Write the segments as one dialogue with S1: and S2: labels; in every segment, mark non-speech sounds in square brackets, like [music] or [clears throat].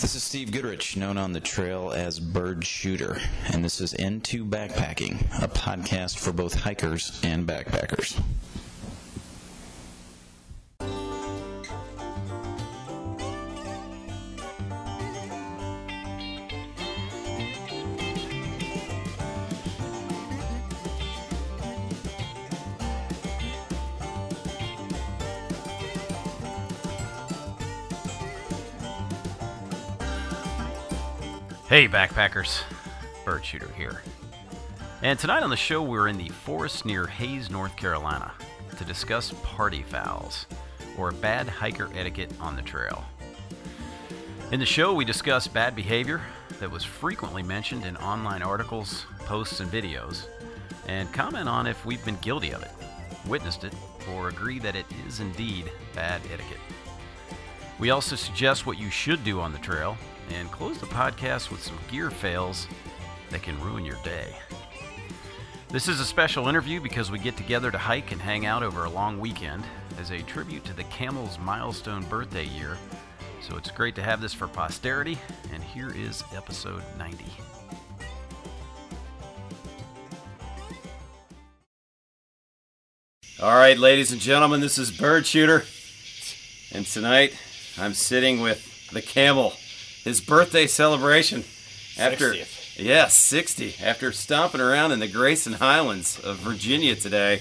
S1: This is Steve Goodrich, known on the trail as Bird Shooter, and this is Into Backpacking, a podcast for both hikers and backpackers.
S2: Hey, backpackers. Bird Shooter here. And tonight on the show, we're in the forest near Hayes, North Carolina, to discuss party fouls, or bad hiker etiquette on the trail. In the show, we discuss bad behavior that was frequently mentioned in online articles, posts, and videos, and comment on if we've been guilty of it, witnessed it, or agree that it is indeed bad etiquette. We also suggest what you should do on the trail and close the podcast with some gear fails that can ruin your day. This is a special interview because we get together to hike and hang out over a long weekend as a tribute to the camel's milestone birthday year. So it's great to have this for posterity, and here is episode 90.
S3: All right, ladies and gentlemen, this is Bird Shooter, and tonight I'm sitting with the camel. His birthday celebration after
S4: 60th.
S3: yeah, 60 after stomping around in the Grayson Highlands of Virginia today.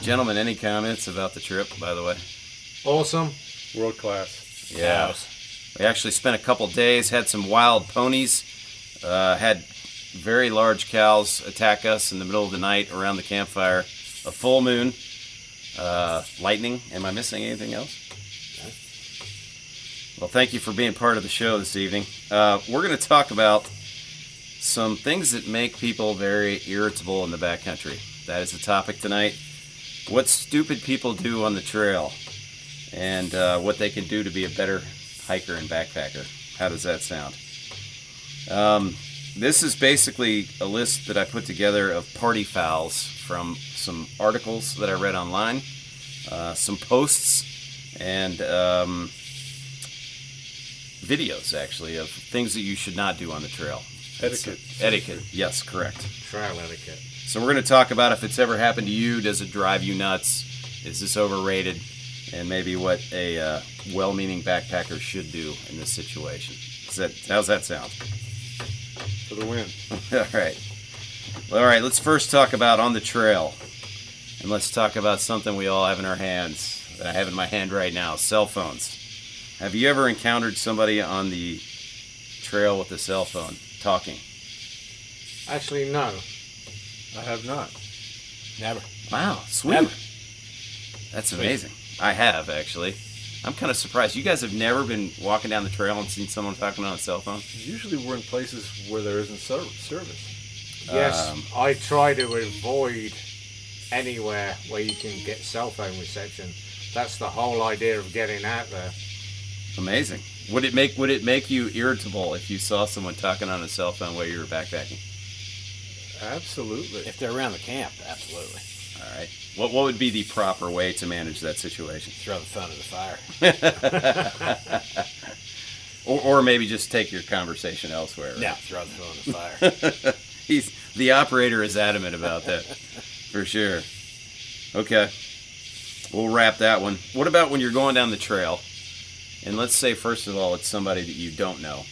S3: Gentlemen, any comments about the trip? By the way,
S4: Awesome. World class.
S3: yeah, we actually spent a couple days, had some wild ponies, uh, had very large cows attack us in the middle of the night around the campfire. A full moon, uh, lightning. Am I missing anything else? Well, thank you for being part of the show this evening. Uh, we're going to talk about some things that make people very irritable in the backcountry. That is the topic tonight. What stupid people do on the trail, and uh, what they can do to be a better hiker and backpacker. How does that sound? Um, this is basically a list that I put together of party fouls from some articles that I read online, uh, some posts, and um, videos actually of things that you should not do on the trail.
S4: Etiquette.
S3: Etiquette, yes, correct.
S4: Trial etiquette.
S3: So we're going to talk about if it's ever happened to you. Does it drive you nuts? Is this overrated? And maybe what a uh, well-meaning backpacker should do in this situation. Is that, how's that sound? [laughs]
S4: For the win.
S3: All right. Well, all right, let's first talk about on the trail. And let's talk about something we all have in our hands that I have in my hand right now cell phones. Have you ever encountered somebody on the trail with a cell phone talking?
S5: Actually, no.
S4: I have not.
S5: Never.
S3: Wow, sweet.
S5: Never.
S3: That's amazing. I have, actually. I'm kind of surprised. You guys have never been walking down the trail and seen someone talking on a cell phone?
S4: Usually we're in places where there isn't ser- service.
S5: Yes,
S3: Um,
S5: I try to avoid anywhere where you can get cell phone reception. That's the whole idea of getting out there.
S3: Amazing. Would it make would it make you irritable if you saw someone talking on a cell phone while you were backpacking?
S4: Absolutely.
S6: If they're around the camp, absolutely.
S3: All right. What what would be the proper way to manage that situation?
S6: Throw the phone in the fire.
S3: Or, or maybe just take your conversation elsewhere. right?
S6: Yeah, throw the phone in the fire.
S3: He's the operator is adamant about that for sure. Okay. We'll wrap that one. What about when you're going down the trail? And let's say first of all it's somebody that you don't know,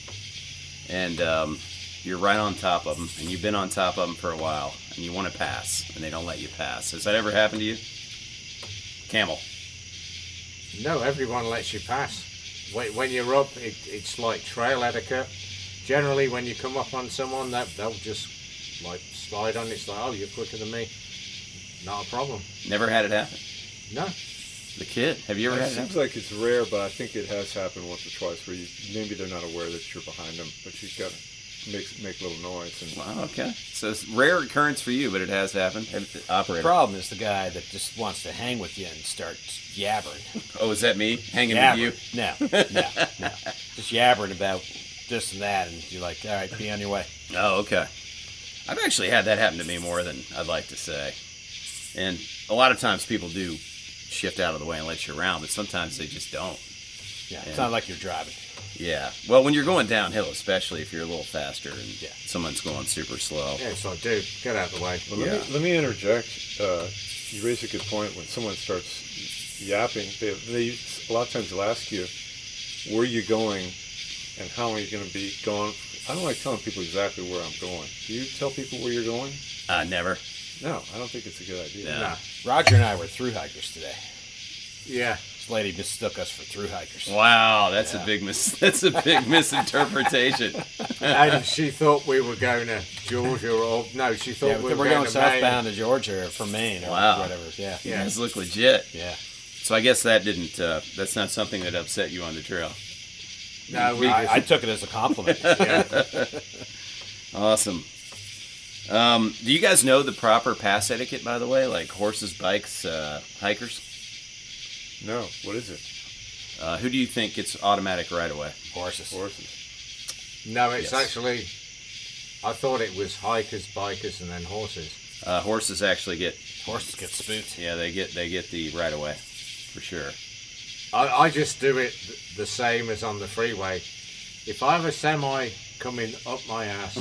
S3: and um, you're right on top of them, and you've been on top of them for a while, and you want to pass, and they don't let you pass. Has that ever happened to you? Camel.
S5: No, everyone lets you pass. Wh- When you're up, it, it's like trail etiquette. Generally, when you come up on someone, that they'll just like slide on. It's like, oh, you're quicker than me. Not a problem.
S3: Never had it happen.
S5: No.
S3: The kid. Have you ever
S4: It
S3: had it happen?
S4: seems like it's rare, but I think it has happened once or twice where you maybe they're not aware that you're behind them, but you've got to make, make a little noise. And
S3: Wow, okay. So it's rare occurrence for you, but it has happened. Have-
S6: the
S3: Operator.
S6: problem is the guy that just wants to hang with you and start yabbering.
S3: oh, is that me [laughs] hanging with you?
S6: Yabbering. No, no,
S3: [laughs]
S6: no. Just yabbering about this and that, and you're like, all right, be on your way.
S3: Oh, okay. I've actually had that happen to me more than I'd like to say. And a lot of times people do shift out of the way and let you around, but sometimes they just don't.
S6: Yeah,
S3: Yeah.
S6: it's not like you're driving.
S3: Yeah. Well, when you're going downhill, especially if you're a little faster and
S6: Yeah.
S3: someone's going super slow.
S5: Yeah, it's like, dude, get out of the way.
S4: Well, let, me, let me interject. Uh, you raise a good point. When someone starts yapping, they, they a lot of times they'll ask you, "Where are you going, and how long are you going to be gone?" I don't like telling people exactly where I'm going. Do you tell people where you're going?
S3: Uh, never.
S4: No, I don't think it's a good idea.
S3: No.
S5: Nah.
S6: Roger and I were through hikers today.
S5: Yeah.
S6: This lady mistook us for through hikers.
S3: Wow, that's
S6: Yeah.
S3: a big mis- [laughs] that's a big misinterpretation.
S5: and she thought we were going to Georgia or no, she thought
S6: Yeah,
S5: we
S6: we
S5: were
S6: are
S5: going,
S6: going,
S5: to
S6: southbound to Georgia or from Maine or
S3: Wow.
S6: whatever. [laughs] Yeah.
S3: You guys look legit.
S6: Yeah.
S3: So I guess that didn't uh, that's not something that upset you on the trail.
S5: Maine. No, we
S6: I, I took it as a compliment. yeah.
S3: Awesome. Um, do you guys know the proper pass etiquette, by the way? Like horses, bikes, uh, hikers?
S4: No. What is it?
S3: Uh, who do you think gets automatic right away?
S6: Horses.
S4: Horses.
S5: no, it's
S3: Yes.
S5: actually. I thought it was hikers, bikers, and then horses.
S3: Uh, horses actually get
S6: Horses get spooked.
S3: yeah they get they get the right away for sure.
S5: I, I just do it th- the same as on the freeway. If I have a semi coming up my ass,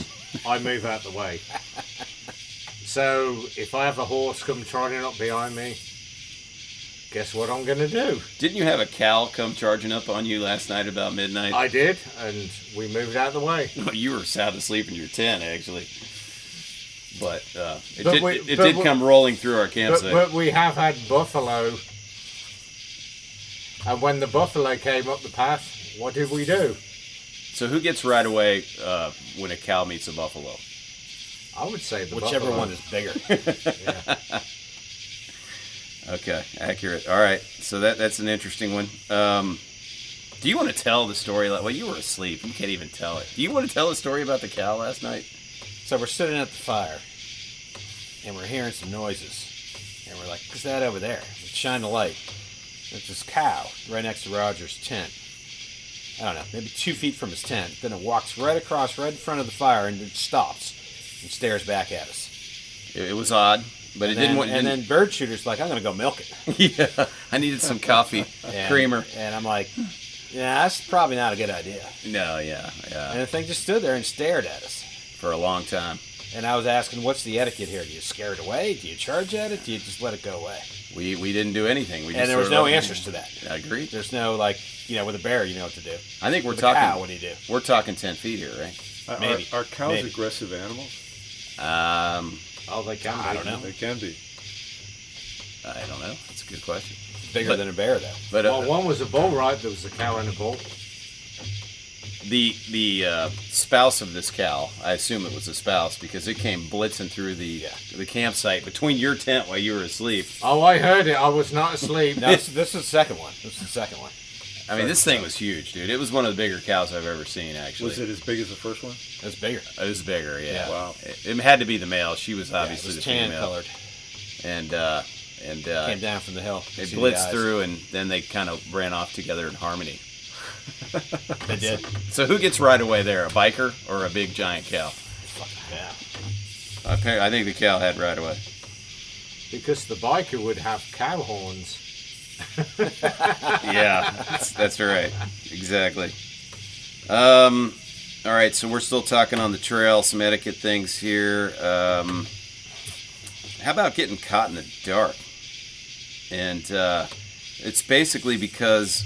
S5: I move out the way. So if I have a horse come trotting up behind me, guess what I'm going to do?
S3: Didn't you have a cow come charging up on you last night about midnight?
S5: I did, and we moved out of the way.
S3: [laughs] you were sound asleep in your tent actually, but uh, it
S5: But
S3: did
S5: wait,
S3: it, it
S5: but
S3: did
S5: wait-
S3: come rolling through our
S5: But,
S3: campsite.
S5: but we have had buffalo. And when the buffalo came up the path, what did we do?
S3: so who gets right away uh, when a cow meets a buffalo?
S5: I would say the
S6: Whichever
S5: buffalo.
S6: one is bigger.
S5: Yeah.
S3: Okay, accurate. All right, so that that's an interesting one. Um, do you want to tell the story? Like, well, you were asleep. You can't even tell it. Do you want to tell a story about the cow last night?
S6: So we're sitting at the fire, and we're hearing some noises, and we're like, "What's that over there?" We shine the light. It's this cow right next to Roger's tent. I don't know, maybe two feet from his tent. Then it walks right across, right in front of the fire, and it stops and stares back at us.
S3: It, it was odd, but it didn't.
S6: And, then,
S3: want,
S6: and then bird shooter's like, "I'm gonna go milk
S3: [laughs]
S6: it."
S3: yeah, I needed some
S6: [laughs]
S3: coffee
S6: And,
S3: creamer.
S6: And I'm like, "Yeah, that's probably not a good idea."
S3: No, yeah,
S6: And
S3: yeah,
S6: the thing just stood there and stared at us.
S3: for a long time.
S6: And I was asking, "What's the etiquette here? Do you scare it away? Do you charge at it? Do you just let it go away?"
S3: We we didn't do anything. We just
S6: And there was
S3: sort of
S6: no
S3: let
S6: answers to that.
S3: them- I agree.
S6: There's no like you know with a bear you know what to do.
S3: I think we're
S6: With a
S3: talking.
S6: cow, what do you do?
S3: We're talking ten feet here, right?
S4: Are-
S6: Maybe.
S4: Are, are cows
S6: Maybe.
S4: aggressive animals?
S3: Um,
S5: Oh, they can
S6: I
S5: be.
S6: don't know.
S4: They can be.
S3: I don't know. That's a good question.
S6: Bigger
S3: But-
S6: than a bear though.
S3: But uh,
S5: Well, one was a bull, right? There was a cow and a bull.
S3: the the uh, spouse of this cow, I assume it was a spouse because it came blitzing through the the campsite between your tent while you were asleep.
S5: Oh, I heard it. I was not
S6: [laughs]
S5: asleep.
S6: No, this, this is the second one. This is the second one.
S3: I mean, this thing was huge, dude. It was one of the bigger cows I've ever seen. Actually,
S4: Was it as big as the first one?
S6: It's bigger.
S3: It was bigger, yeah.
S6: Yeah.
S3: Wow. It, it had to be the male. She was
S6: Yeah,
S3: obviously
S6: it was
S3: the
S6: tan
S3: female.
S6: colored.
S3: And uh, and uh,
S6: Came down from the hill.
S3: they
S6: See the
S3: blitzed
S6: eyes.
S3: through, and then they kind of ran off together in harmony.
S6: They did.
S3: So who gets right away there? A biker or a big giant cow?
S6: Fucking yeah.
S3: I pe- I think the cow had right away.
S5: Because the biker would have cow horns.
S3: yeah, that's, that's right. Exactly. Um, all right, so we're still talking on the trail, some etiquette things here. Um, how about getting caught in the dark? And uh, it's basically because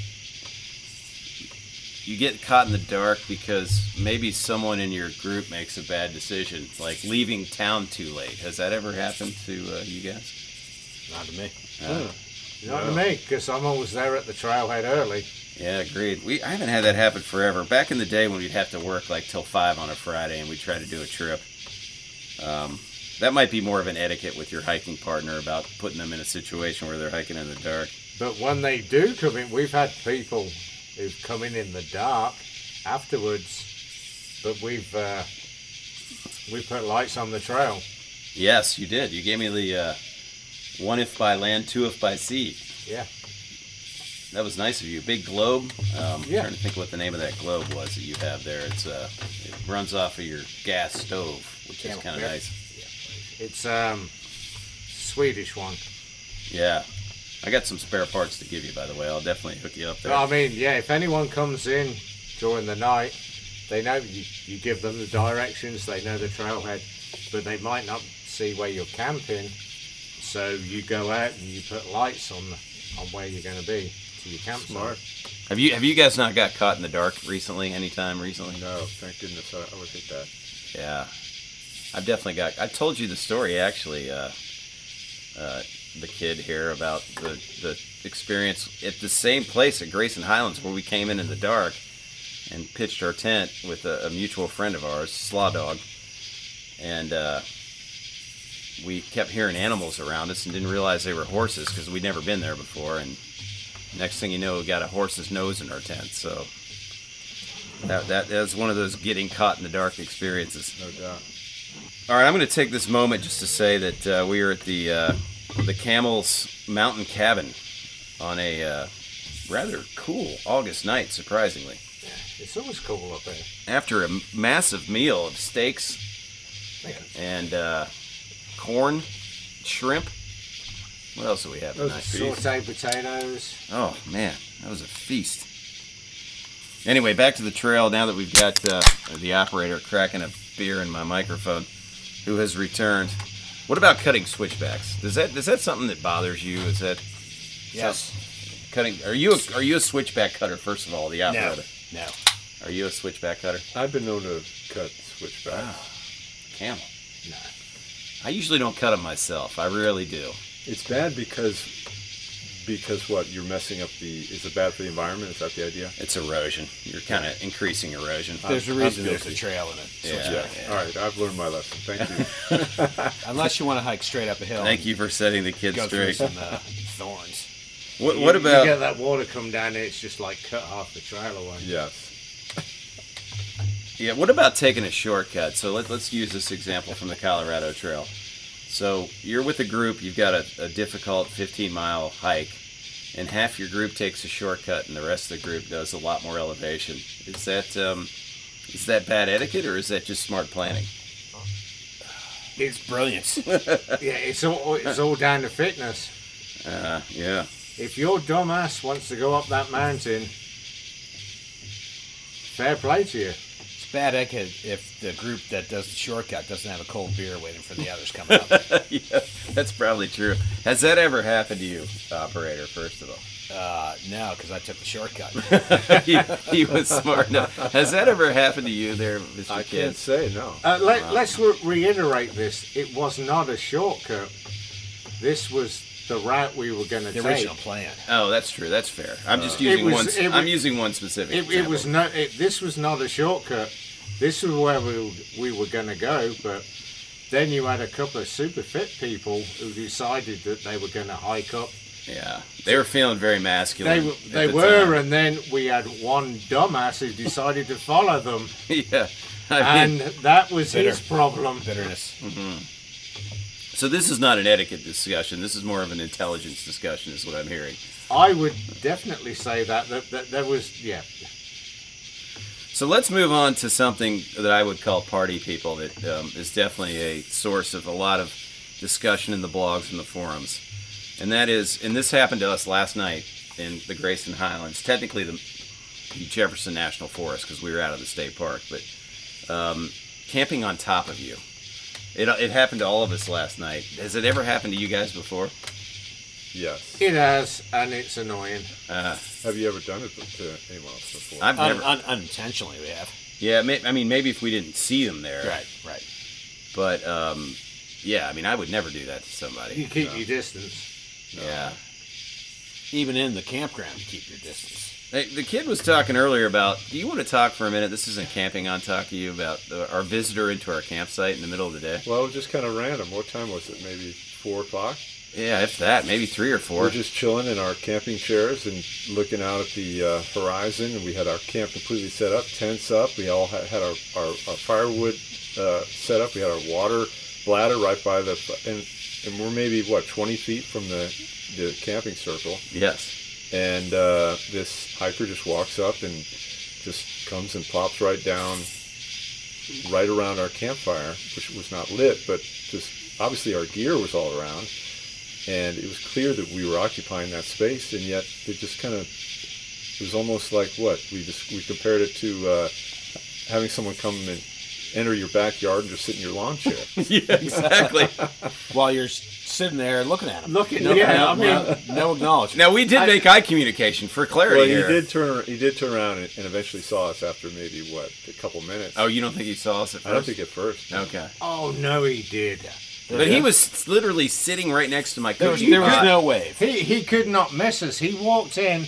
S3: you get caught in the dark because maybe someone in your group makes a bad decision, like leaving town too late. Has that ever happened to uh, you guys?
S6: Not to me.
S5: You know what I mean? Because I'm always there at the trailhead early.
S3: Yeah, agreed. We I haven't had that happen forever. Back in the day when we'd have to work like till five on a Friday and we would try to do a trip. Um, that might be more of an etiquette with your hiking partner about putting them in a situation where they're hiking in the dark.
S5: But when they do come in, we've had people who've come in in the dark afterwards, but we've uh, we put lights on the trail.
S3: Yes, you did. You gave me the uh, one if by land, two if by sea.
S5: Yeah,
S3: That was nice of you. Big globe. Um,
S5: Yeah.
S3: I'm trying to think what the name of that globe was that you have there. It's uh, it runs off of your gas stove, which is
S5: Camel.
S3: kind of
S5: Yeah.
S3: nice.
S5: it's um Swedish one.
S3: Yeah.
S5: Oh.
S3: I got some spare parts to give you, by the way. I'll definitely hook you up there.
S5: But I mean, yeah, if anyone comes in during the night. They know you, you give them the directions, they know the trailhead, but they might not see where you're camping. So you go out and you put lights on the, on where you're going to be to your campsite.
S4: Smart.
S3: Have you have you guys not got caught in the dark recently? Anytime recently?
S4: No, thank goodness I, I would hit that.
S3: Yeah, I've definitely got. I told you the story actually. Uh, uh, the kid here about the the experience at the same place at Grayson Highlands where we came in in the dark and pitched our tent with a, a mutual friend of ours, Slaw Dog, and uh, we kept hearing animals around us and didn't realize they were horses because we'd never been there before. And next thing you know, we got a horse's nose in our tent. So. That, that, that was one of those getting caught in the dark experiences.
S4: No doubt.
S3: All right, I'm going to take this moment just to say that uh, we are at the uh, the Camel's Mountain Cabin on a uh, rather cool August night, surprisingly.
S5: It's always cool up there.
S3: After a m- massive meal of steaks and uh, corn, shrimp. What else do we have
S4: Those
S3: tonight?
S5: Sauteed potatoes.
S3: Oh man, that was a feast. Anyway, back to the trail. Now that we've got uh, the operator cracking a beer in my microphone, who has returned? What about cutting switchbacks? Does that is that something that bothers you? Is that
S6: Yes.
S3: cutting? Are you a, are you a switchback cutter? First of all, the
S6: No.
S3: operator.
S6: No.
S3: Are you a switchback cutter?
S4: I've been known to cut switchbacks.
S3: Camel. No. I usually don't cut them myself. I rarely do.
S4: It's bad because because what you're messing up the. Is it bad for the environment? Is that the idea?
S3: It's erosion. You're kind of increasing erosion.
S6: There's a
S4: I'm
S6: reason there's a
S4: guilty.
S6: trail in it.
S3: Yeah.
S4: All right, I've learned my lesson. Thank [laughs] you.
S6: Unless you want to hike straight up a hill.
S3: Thank you for setting the kids
S6: Go through
S3: straight.
S6: some uh, thorns.
S3: What,
S5: You-
S3: what
S5: You
S3: about
S5: get that water come down and it's just like cut half the trail away.
S4: yes.
S3: Yeah, what about taking a shortcut? So let, let's use this example from the Colorado Trail. So you're with a group, you've got a, a difficult 15 mile hike, and half your group takes a shortcut, and the rest of the group does a lot more elevation. Is that um, is that bad etiquette, or is that just smart planning?
S6: It's brilliant.
S5: Yeah, it's all it's all down to fitness.
S3: Uh, yeah.
S5: If your dumbass wants to go up that mountain, fair play to you.
S6: It's bad etiquette if the group that does the shortcut doesn't have a cold beer waiting for the others coming up.
S3: [laughs] yeah, that's probably true. Has that ever happened to you, operator? First of all. [laughs]
S6: Uh, no, because I took the shortcut.
S3: he, he was smart enough. Has that ever happened to you there, Mr.
S4: I
S3: Kid?
S4: can't say no.
S5: Uh, let, Let's re- reiterate this. It was not a shortcut. This was the route we were going to
S6: The
S5: take.
S6: original plan.
S3: Oh, that's true. That's fair. I'm just using
S5: was-
S3: one.
S5: Uh, it
S3: I'm
S5: was-
S3: using one specific.
S5: It, it
S3: example.
S5: was no. It, this was not a shortcut. This was where we we were going to go, but then you had a couple of super fit people who decided that they were going to hike up.
S3: Yeah, they were feeling very
S5: They
S3: masculine.
S5: were-
S3: at
S5: they
S3: the
S5: were,
S3: time.
S5: and then we had one dumbass who decided to follow them,
S3: [laughs] yeah. I mean,
S5: and that was his
S6: Bitter.
S5: problem.
S6: Bitterness.
S3: so this is not an etiquette discussion. This is more of an intelligence discussion, is what I'm hearing.
S5: I would definitely say that that, that there was yeah.
S3: So let's move on to something that I would call party people. That um, is definitely a source of a lot of discussion in the blogs and the forums, and that is, and this happened to us last night in the Grayson Highlands, technically the Jefferson National Forest because we were out of the state park, but um, camping on top of you. It, it happened to all of us last night. Has it ever happened to you guys before?
S4: Yes.
S5: It has, and it's annoying.
S3: Uh,
S4: Have you ever done it to anyone else before?
S3: I've
S6: Un-
S3: never.
S6: un- unintentionally, we have.
S3: yeah, may, I mean, maybe if we didn't see them there,
S6: Right, right.
S3: but um, yeah, I mean, I would never do that to somebody.
S5: You keep your distance.
S3: Yeah.
S6: Even in the campground, keep your distance.
S3: Hey, the kid was talking earlier about. Do you want to talk for a minute? This isn't camping on talk to you about uh, our visitor into our campsite in the middle of the day.
S4: well, it was just kind of random. What time was it? Maybe four o'clock.
S3: Yeah, if that, maybe three or
S4: We're
S3: four.
S4: just chilling in our camping chairs and looking out at the uh, horizon. And we had our camp completely set up, tents up. We all had, had our, our, our firewood uh, set up. We had our water bladder right by the and and we're maybe what 20 feet from the the camping circle.
S3: Yes. [laughs]
S4: And uh, this hiker just walks up and just comes and plops right down, right around our campfire, which was not lit, but just obviously our gear was all around. And it was clear that we were occupying that space, and yet they just kind of It was almost like what we just we compared it to uh, having someone come and enter your backyard and just sit in your lawn
S3: [laughs]
S4: chair.
S3: yeah, exactly.
S6: while you're s- sitting there looking at them.
S5: Look at
S6: no,
S5: yeah,
S6: no,
S5: I mean,
S6: no, no acknowledgement.
S3: now we did
S5: I-
S3: make eye communication for clarity
S4: well, he
S3: here.
S4: did turn ar- he did turn around and, and eventually saw us after maybe what a couple minutes.
S3: Oh, you don't think he saw us at first?
S4: I don't think at first.
S3: Okay.
S5: oh no, he did.
S3: But he was literally sitting right next to my
S6: There was,
S3: cooking
S6: there was
S3: pot.
S6: no wave.
S5: He he could not miss us. He walked in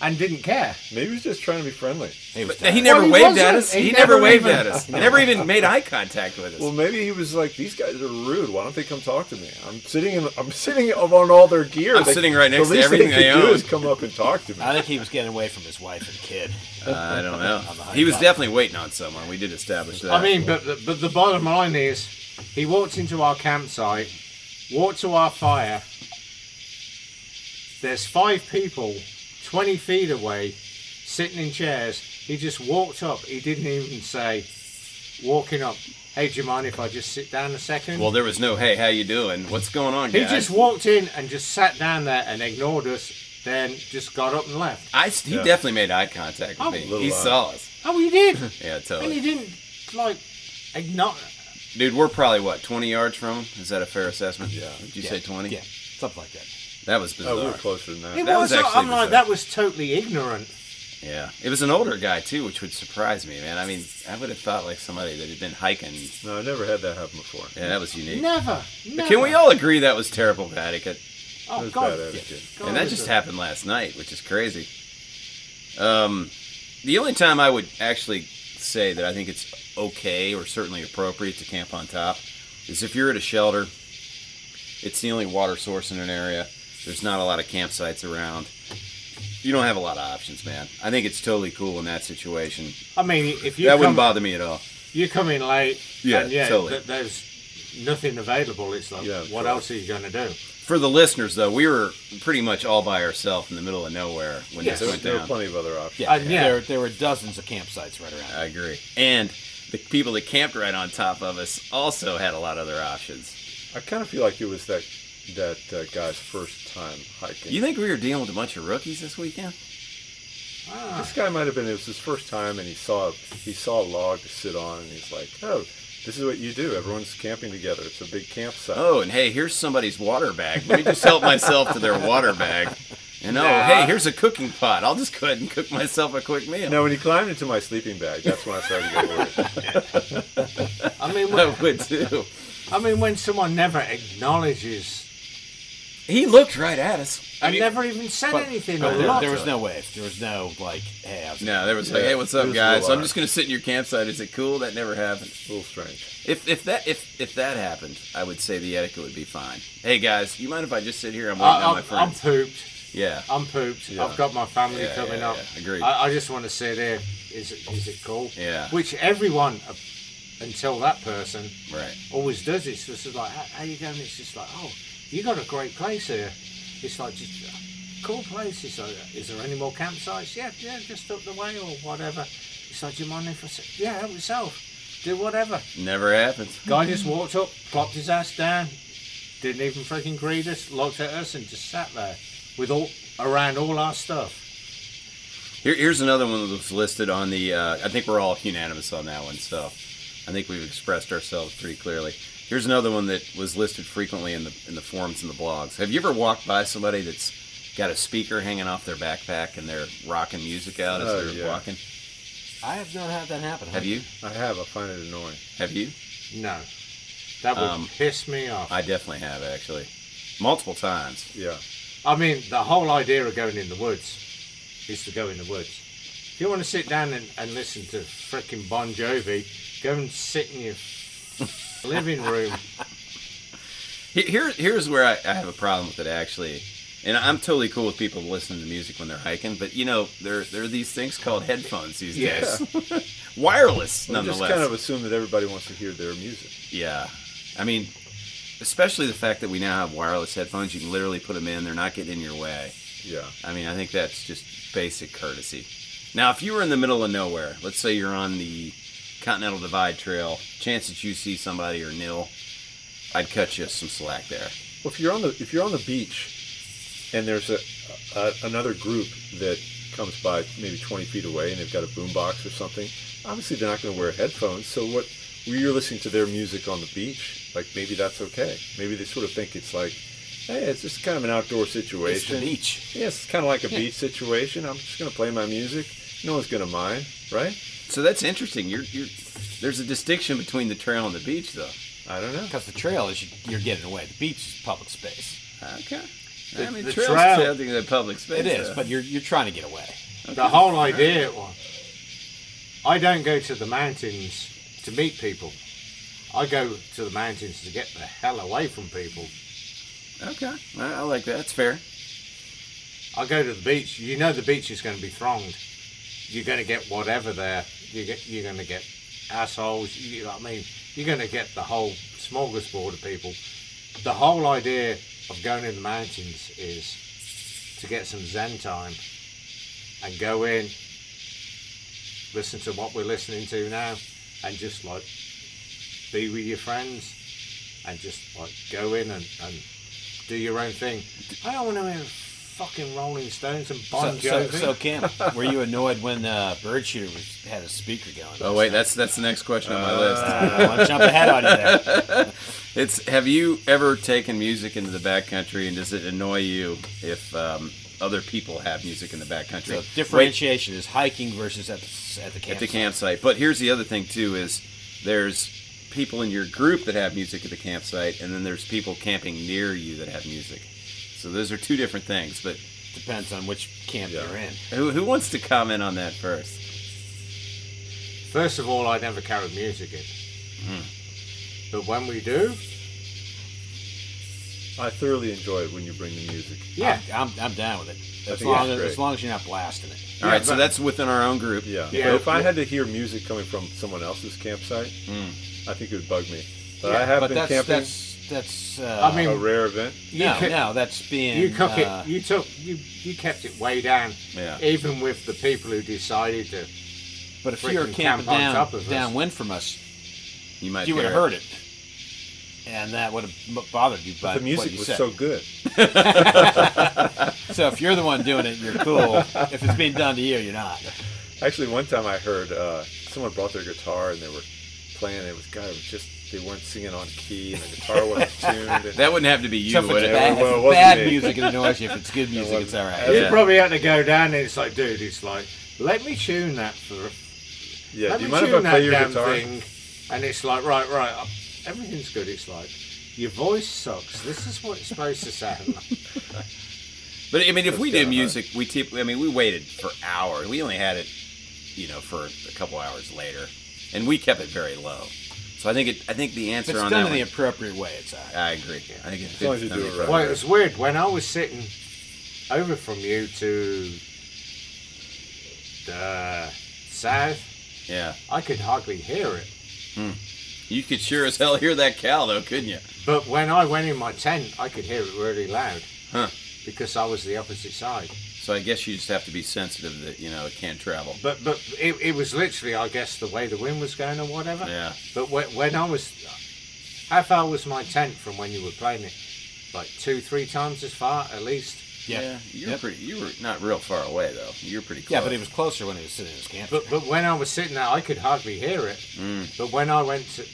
S5: and didn't care.
S4: Maybe he was just trying to be friendly.
S6: He was
S3: But he
S6: tired.
S3: never
S5: Well, he
S3: waved at
S5: wasn't.
S3: us. He,
S5: He
S3: never,
S5: never
S3: waved
S5: even-
S3: at us. He never even made eye contact with us.
S4: Well, maybe he was like, "These guys are rude. Why don't they come talk to me? I'm sitting in, I'm sitting on all their gear.
S3: I'm
S4: They-
S3: sitting right next to
S4: the least
S3: everything
S4: they,
S3: they
S4: could do
S3: own."
S4: is come up and talk to me.
S6: I think he was getting away from his wife and kid.
S3: Uh, I don't know.
S6: On the high
S3: He was
S6: tide.
S3: definitely waiting on someone. We did establish that.
S5: I mean, but the, but the bottom line is, he walked into our campsite, walked to our fire. There's five people, twenty feet away, sitting in chairs. He just walked up. He didn't even say, walking up. Hey, do you mind if I just sit down a second?
S3: well, there was no, hey, how you doing? What's going on,
S5: he
S3: guys?
S5: just walked in and just sat down there and ignored us. Then just got up and left.
S3: I, he
S4: Yeah.
S3: definitely made eye contact with
S5: Oh.
S3: me.
S4: Little uh,
S3: He
S4: eye.
S3: saw us.
S5: Oh, he did,
S3: [laughs] Yeah,
S5: and
S3: totally.
S5: he didn't like ignore.
S3: Dude, we're probably, what, 20 yards from him? Is that a fair assessment?
S4: Yeah.
S3: Did you
S6: Yeah,
S3: say 20?
S6: Yeah, something like that.
S3: That was
S4: Oh, we were
S3: bizarre.
S4: closer than that.
S5: It
S3: That was
S5: was. I'm
S3: actually
S5: like,
S3: bizarre.
S5: that was totally ignorant.
S3: yeah. It was an older guy, too, which would surprise me, man. I mean, I would have thought like somebody that had been hiking.
S4: No, I never had that happen before.
S3: Yeah, that was unique.
S5: Never. never.
S3: Can we all agree that was terrible etiquette?
S4: That
S5: Oh
S4: was
S5: God.
S4: bad attitude.
S5: God
S3: and that
S5: is
S3: just
S5: a-
S3: happened last night, which is crazy. Um, the only time I would actually say that I think it's okay or certainly appropriate to camp on top is if you're at a shelter. It's the only water source in an area. There's not a lot of campsites around. You don't have a lot of options, man. I think it's totally cool in that situation.
S5: I mean, if you
S3: that
S5: come,
S3: wouldn't bother me at all.
S5: you come in late,
S3: Yeah,
S5: and yeah,
S3: totally.
S5: th- there's nothing available. It's like,
S4: Yeah,
S5: what
S4: totally.
S5: else are you going to do?
S3: For the listeners, though, we were pretty much all by ourselves in the middle of nowhere when this
S5: Yes.
S4: There,
S3: went
S4: there were
S3: down.
S4: plenty of other options.
S6: Yeah,
S5: Uh, yeah.
S6: There, there were dozens of campsites right around.
S3: I agree. And the people that camped right on top of us also had a lot of other options.
S4: I kind of feel like it was that that uh, guy's first time hiking.
S3: You think we were dealing with a bunch of rookies this weekend?
S4: this guy might have been it was his first time, and he saw he saw a log to sit on, and he's like, "Oh, this is what you do. Everyone's camping together. It's a big campsite."
S3: Oh, and hey, here's somebody's water bag. Let me just help myself to their water bag. And oh,
S5: Nah.
S3: hey, here's a cooking pot. I'll just go ahead and cook myself a quick meal.
S4: Now, when he climbed into my sleeping bag, that's when I started to get worried. [laughs]
S3: [laughs]
S5: I mean,
S3: [laughs]
S5: when,
S3: I would too.
S5: I mean, when someone never acknowledges,
S3: He looked right at us.
S5: I never even said
S6: but-
S5: anything.
S6: But
S5: or
S6: there,
S5: looked.
S6: there was no wave. There was no like, hey, I was
S3: No, there was like,
S4: Yeah,
S3: hey, what's
S4: it
S3: up,
S4: was
S3: guys?
S4: a
S3: I'm
S4: lot.
S3: just gonna sit in your campsite. Is it cool? That never happened.
S4: a little strange.
S3: If if that if if that happened, I would say the etiquette would be fine. Hey guys, you mind if I just sit here? I'm
S4: Uh,
S3: waiting on
S5: I,
S3: my
S5: I'm, I'm
S3: friends.
S5: pooped.
S3: yeah.
S5: I'm pooped.
S4: Yeah.
S5: I've got my family
S3: Yeah,
S5: coming
S3: yeah,
S5: up.
S3: yeah. Agreed.
S5: I, I just want to sit here. Is it is it cool?
S3: Yeah.
S5: Which everyone, up until that person,
S3: Right.
S5: always does this. This is like, how, how you going? It's just like, oh, you got a great place here. It's like, just uh, cool place. It's like, is there any more campsites? Yeah, yeah, just up the way or whatever. It's like, do you mind if I say, yeah, help yourself. Do whatever.
S3: Never happens.
S5: Guy just walked up, plopped his ass down, didn't even freaking greet us, looked at us, and just sat there with all around all our stuff.
S3: Here, here's another one that was listed on the. Uh, I think we're all unanimous on that one, so I think we've expressed ourselves pretty clearly. Here's another one that was listed frequently in the in the forums and the blogs. Have you ever walked by somebody that's got a speaker hanging off their backpack and they're rocking music out as
S4: Oh,
S3: they're
S4: yeah.
S3: walking?
S6: I have not had that happen.
S3: Have you?
S4: I have. I find it annoying.
S3: Have you?
S5: No, that would
S3: Um,
S5: piss me off.
S3: I definitely have actually, multiple times.
S4: Yeah.
S5: I mean, the whole idea of going in the woods is to go in the woods. If you want to sit down and, and listen to frickin' Bon Jovi, go and sit in your living room.
S3: Here- Here, here's where I, I have a problem with it actually, and I'm totally cool with people listening to music when they're hiking. But you know, there there are these things called headphones these days, [laughs] wireless
S4: I just
S3: nonetheless.
S4: kind of assume that everybody wants to hear their music.
S3: Yeah, I mean, especially the fact that we now have wireless headphones. You can literally put them in; they're not getting in your way.
S4: Yeah.
S3: I mean, I think that's just basic courtesy. Now, if you were in the middle of nowhere, let's say you're on the Continental Divide Trail, chance that you see somebody or nil, I'd cut you some slack there.
S4: Well, if you're on the if you're on the beach, and there's a, a another group that comes by maybe 20 feet away and they've got a boombox or something, obviously they're not going to wear headphones. So what? We're listening to their music on the beach. Like maybe that's okay. Maybe they sort of think it's like, hey, it's just kind of an outdoor
S6: It's
S4: situation.
S6: the beach.
S4: Yes, it's kind of like a beach situation. I'm just going to play my music. No one's going to mind, right?
S3: So that's interesting. You're, you're there's a distinction between the trail and the beach, though.
S4: I don't know.
S6: Because the trail is you- you're getting away. The beach is public space.
S3: Okay. I
S5: The-
S3: mean,
S5: the
S3: trails
S5: trail-
S3: I think, is a public space.
S6: It is,
S3: though.
S6: but you're you're trying to get away.
S5: The whole idea was I don't go to the mountains to meet people. I go to the mountains to get the hell away from people.
S3: okay. I, I like that. That's fair.
S5: I go to the beach. You know the beach is going to be thronged. You're going to get whatever there. You get, you're going to get assholes. You know what I mean? You're going to get the whole smorgasbord of people. The whole idea of going in the mountains is to get some zen time and go in, listen to what we're listening to now, and just like be with your friends and just like go in and, and do your own thing. I don't want to hear fucking Rolling Stones and
S6: So,
S5: Bon
S6: so,
S5: Jovi.
S6: so Kim, were you annoyed when uh, Bird Shooter was, had a speaker going?
S3: Oh wait, that's that's the next question on my list.
S6: I want to jump ahead on you there.
S3: It's have you ever taken music into the backcountry, and does it annoy you if um, other people have music in the backcountry?
S6: So
S3: Wait,
S6: differentiation is hiking versus at the, at the
S3: at the
S6: campsite.
S3: campsite. But here's the other thing too: is there's people in your group that have music at the campsite, and then there's people camping near you that have music. So those are two different things. But
S6: Depends on which camp
S4: Yeah.
S6: you're in.
S3: who, who wants to comment on that first?
S5: First of all, I never carry music in.
S4: Hmm.
S5: But when we do,
S4: I thoroughly enjoy it when you bring the music.
S5: yeah,
S6: I'm, I'm down with it. As
S4: think
S6: long
S4: that's
S6: as,
S4: great.
S6: as long as you're not blasting it.
S3: All right, so that's within our own group.
S4: Yeah.
S5: Yeah. Mm.
S4: But if I had to hear music coming from someone else's campsite, I think it would bug me. But I have
S6: but
S4: been
S6: that's,
S4: camping.
S6: that's that's uh,
S5: I mean-
S4: a rare event.
S6: no,
S5: You ca-
S6: no, that's being
S5: you cook
S6: uh,
S5: it. You took you you kept it way down.
S3: Yeah.
S5: Even with the people who decided to,
S6: But if you were
S5: freaking
S6: camping
S5: camp on
S6: down
S5: top of us.
S6: downwind from us,
S3: You might
S6: you would have
S3: hear it.
S6: heard it, and that would have bothered you. By
S4: The
S6: what
S4: music
S6: you
S4: was
S6: said.
S4: so good.
S6: So if you're the one doing it, you're
S4: [laughs]
S6: cool. if it's being done to you, you're not.
S4: Actually, one time I heard uh, someone brought their guitar and they were playing. It was God. It was just they weren't singing on key and the guitar wasn't
S5: [laughs]
S4: tuned. And
S3: That wouldn't have to be you,
S6: Except if
S3: would
S6: it's
S4: it?
S3: it?
S6: bad,
S4: Well, it
S6: if it's
S4: wasn't
S6: bad
S4: me.
S6: music, it annoys you. If it's
S4: [laughs]
S6: good music, it's all
S4: Oh,
S6: right.
S5: you
S3: Yeah.
S5: probably had to go down. and It's like, dude, it's like, let me tune that for.
S4: yeah.
S5: let
S4: Do
S5: me
S4: you mind if I
S5: tune
S4: play
S5: that
S4: your
S5: damn
S4: guitar?
S5: thing. And it's like, right, right, uh, everything's good. It's like, your voice sucks. This is what it's supposed to sound like.
S3: But I mean, if we did
S4: kinda hard.
S3: music, we tip, I mean, we waited for hours. We only had it, you know, for a couple hours later, and we kept it very low. So I think it. I think the
S6: If
S3: answer
S6: it's
S3: on
S6: done
S3: that.
S6: in the
S3: One,
S6: appropriate way, it's all right.
S3: I agree. I think it's
S4: long as you do it right.
S5: Well, it was weird when I was sitting over from you to the south.
S3: Yeah,
S5: I could hardly hear it.
S3: you could sure as hell hear that cow, though, couldn't you?
S5: But when I went in my tent, I could hear it really loud.
S3: Huh.
S5: Because I was the opposite side.
S3: So I guess you just have to be sensitive that you know it can't travel.
S5: But but it, it was literally, I guess, the way the wind was going or whatever.
S3: Yeah.
S5: But when, when I was, how far was my tent from when you were playing it? Like two, three times as far at least.
S6: Yeah,
S3: you were
S6: Yep.
S3: pretty. You were not real far away though. You were pretty close.
S6: yeah, but it was closer when he was sitting in his camp.
S5: But but when I was sitting there, I could hardly hear it. But when I went to,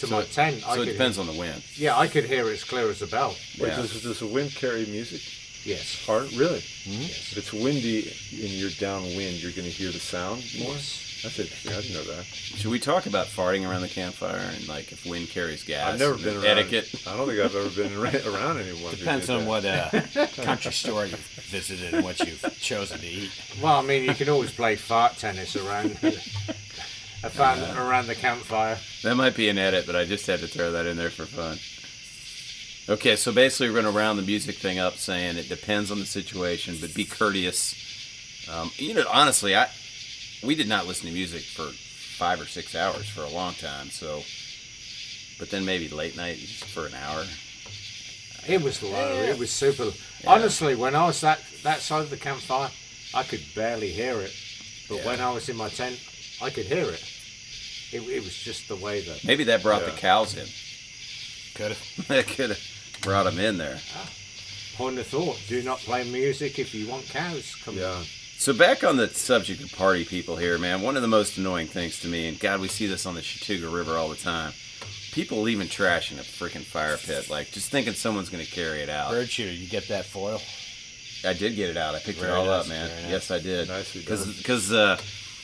S5: to my tent, I
S3: so it
S5: could
S3: depends on the wind.
S5: yeah, I could hear it as clear as a bell.
S4: Wait,
S3: Yeah.
S4: does, does the wind carry music?
S5: Yes.
S4: Hard, really?
S5: Mm-hmm.
S4: If it's windy and you're downwind, you're going to hear the sound more. That's interesting. I didn't know that.
S3: Should we talk about farting around the campfire and like if wind carries gas?
S4: I've never
S3: and
S4: been around.
S3: etiquette.
S4: I don't think I've ever been [laughs] ra- around anyone. who
S6: Depends
S4: did
S6: on
S4: that.
S6: what
S4: [laughs]
S6: uh, country store you've visited and what you've chosen to eat.
S5: Well, I mean, you can always play fart tennis around a fan around the campfire.
S3: That might be an edit, but I just had to throw that in there for fun. Okay, so basically, we're going to round the music thing up, saying it depends on the situation, but be courteous. Um, you know, honestly, I we did not listen to music for five or six hours for a long time. So, but then maybe late night just for an hour.
S5: It was low. It was super. Honestly, when I was that that side of the campfire, I could barely hear it. But when I was in my tent, I could hear it. It, it was just the way that.
S3: Maybe that brought the
S4: Yeah.
S3: cows in. [laughs]
S6: Could have.
S3: that could have brought them in there.
S5: Point of thought: Do not play music if you want cows. Come
S4: Yeah.
S3: So back on the subject of party people here, man, one of the most annoying things to me, and God, we see this on the Chattooga River all the time. People leaving trash in a freaking fire pit, like just thinking someone's gonna carry it out.
S6: Bird shooter, you get that foil?
S3: I did get it out. I picked it
S6: Very
S3: all
S6: nice,
S3: up, man.
S6: very nice.
S3: Yes, I did.
S4: Nicely done.
S3: Because uh,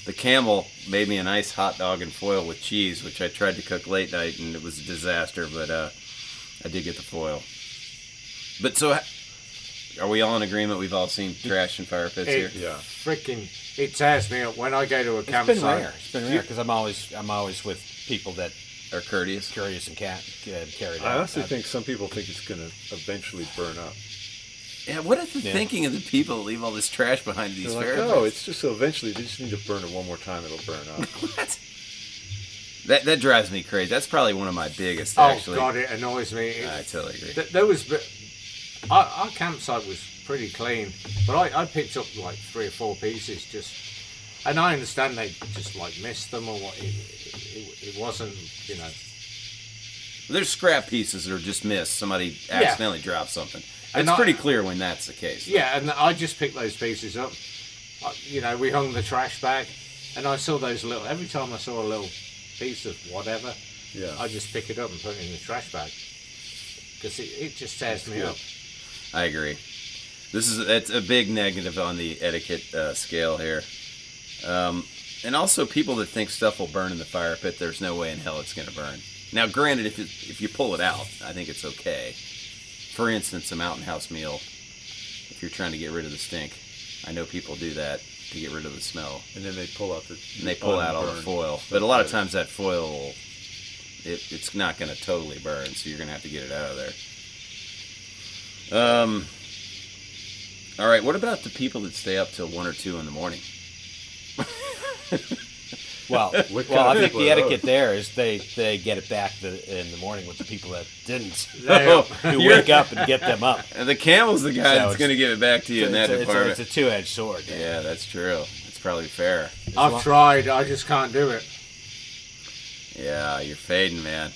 S3: the camel made me a nice hot dog and foil with cheese, which I tried to cook late night, and it was a disaster. But uh, I did get the foil. But so, ha- are we all in agreement? We've all seen trash and fire pits here.
S5: It
S4: Yeah.
S5: freaking it tears me up when I go to a
S6: It's been
S5: campsite.
S6: rare. It's been rare because I'm always I'm always with people that
S3: Are courteous?
S6: curious and cat uh, carried out.
S4: I honestly
S6: Uh,
S4: think some people think it's going to eventually burn up.
S3: Yeah. What is the
S6: Yeah.
S3: thinking of the people that leave all this trash behind these
S4: They're like,
S3: fire
S4: oh,
S3: pits?
S4: it's just eventually they just need to burn it one more time. It'll burn up.
S3: [laughs] What? That that drives me crazy. That's probably one of my biggest.
S5: Oh
S3: actually.
S5: god, it annoys me. It-
S3: I totally agree.
S5: Th- there was, but our, our campsite was pretty clean, but I, I picked up like three or four pieces just, and I understand they just like missed them or what. It, it, it wasn't, you know.
S3: There's scrap pieces that are just missed. Somebody accidentally drops something.
S5: And
S3: It's
S5: I-
S3: pretty clear when that's the case.
S5: Yeah, and I just picked those pieces up. I, you know, we hung the trash bag, and I saw those little. Every time I saw a little piece of whatever,
S4: Yeah.
S5: I just pick it up and put it in the trash bag because it, it just tears me up.
S3: I agree. This is it's a big negative on the etiquette uh, scale here, um, and also people that think stuff will burn in the fire pit. There's no way in hell it's going to burn. Now, granted, if it, if you pull it out, I think it's okay. For instance, a mountain house meal. If you're trying to get rid of the stink, I know people do that to get rid of the smell.
S4: And then they pull out the.
S3: and they pull out all the
S4: unburned
S3: foil. But a lot of times that foil, it, it's not going to totally burn, so you're going to have to get it out of there. Um. All right. What about the people that stay up till one or two in the
S6: [laughs]
S3: morning?
S6: well,
S3: [laughs]
S6: well,
S4: What kind
S6: I think
S4: of people
S6: the
S4: are those?
S6: etiquette there is they they get it back the, in the morning with the people that
S3: [laughs]
S6: didn't. [laughs]
S5: There-
S6: Who wake up and get them up.
S3: And Oh, the camel's the guy
S6: So
S3: that's
S6: it's-
S3: going to give it back to you in that
S6: it's, a, it's, a,
S3: department.
S6: it's a two-edged sword. Yeah.
S3: yeah, that's true. It's probably fair.
S5: I've tried, I just can't do it.
S3: Yeah, you're fading, man.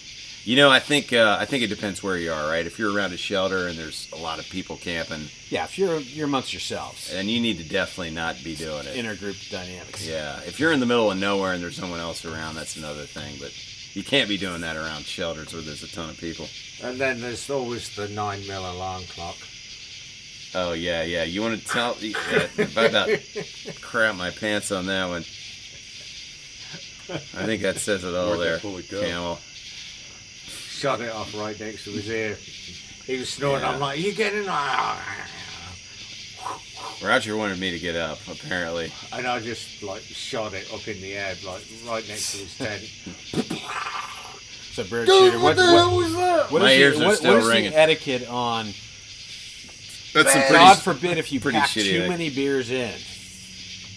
S3: You know, I think uh, I think it depends where you are, right? If you're around a shelter and there's a lot of people camping,
S6: Yeah, if you're you're amongst yourselves,
S3: then you need to definitely not be doing it.
S6: intergroup dynamics.
S3: Yeah, if you're in the middle of nowhere and there's someone else around, that's another thing. But you can't be doing that around shelters where there's a ton of people.
S5: And then there's always the nine mil alarm clock.
S3: Oh yeah, yeah. You want to tell? yeah, if I about crap my pants on that one. I think that says it all
S4: Where'd that
S3: there.
S4: bullet go?
S3: Camel.
S5: Shut it off right next to his ear. He was snoring.
S3: Yeah.
S5: I'm like, you getting? And
S3: Roger wanted me to get up. Apparently,
S5: I just like shot it up in the air, like right next to his tent.
S6: So, bird shooter, what, what,
S5: was that?
S6: what
S3: My
S6: is
S3: ears
S6: the,
S3: are
S6: what,
S3: still
S6: what is
S3: ringing.
S6: the etiquette on?
S3: that's some
S6: God
S3: pretty.
S6: forbid if you
S3: pretty
S6: pack
S3: shitty
S6: too
S3: etiquette.
S6: many beers in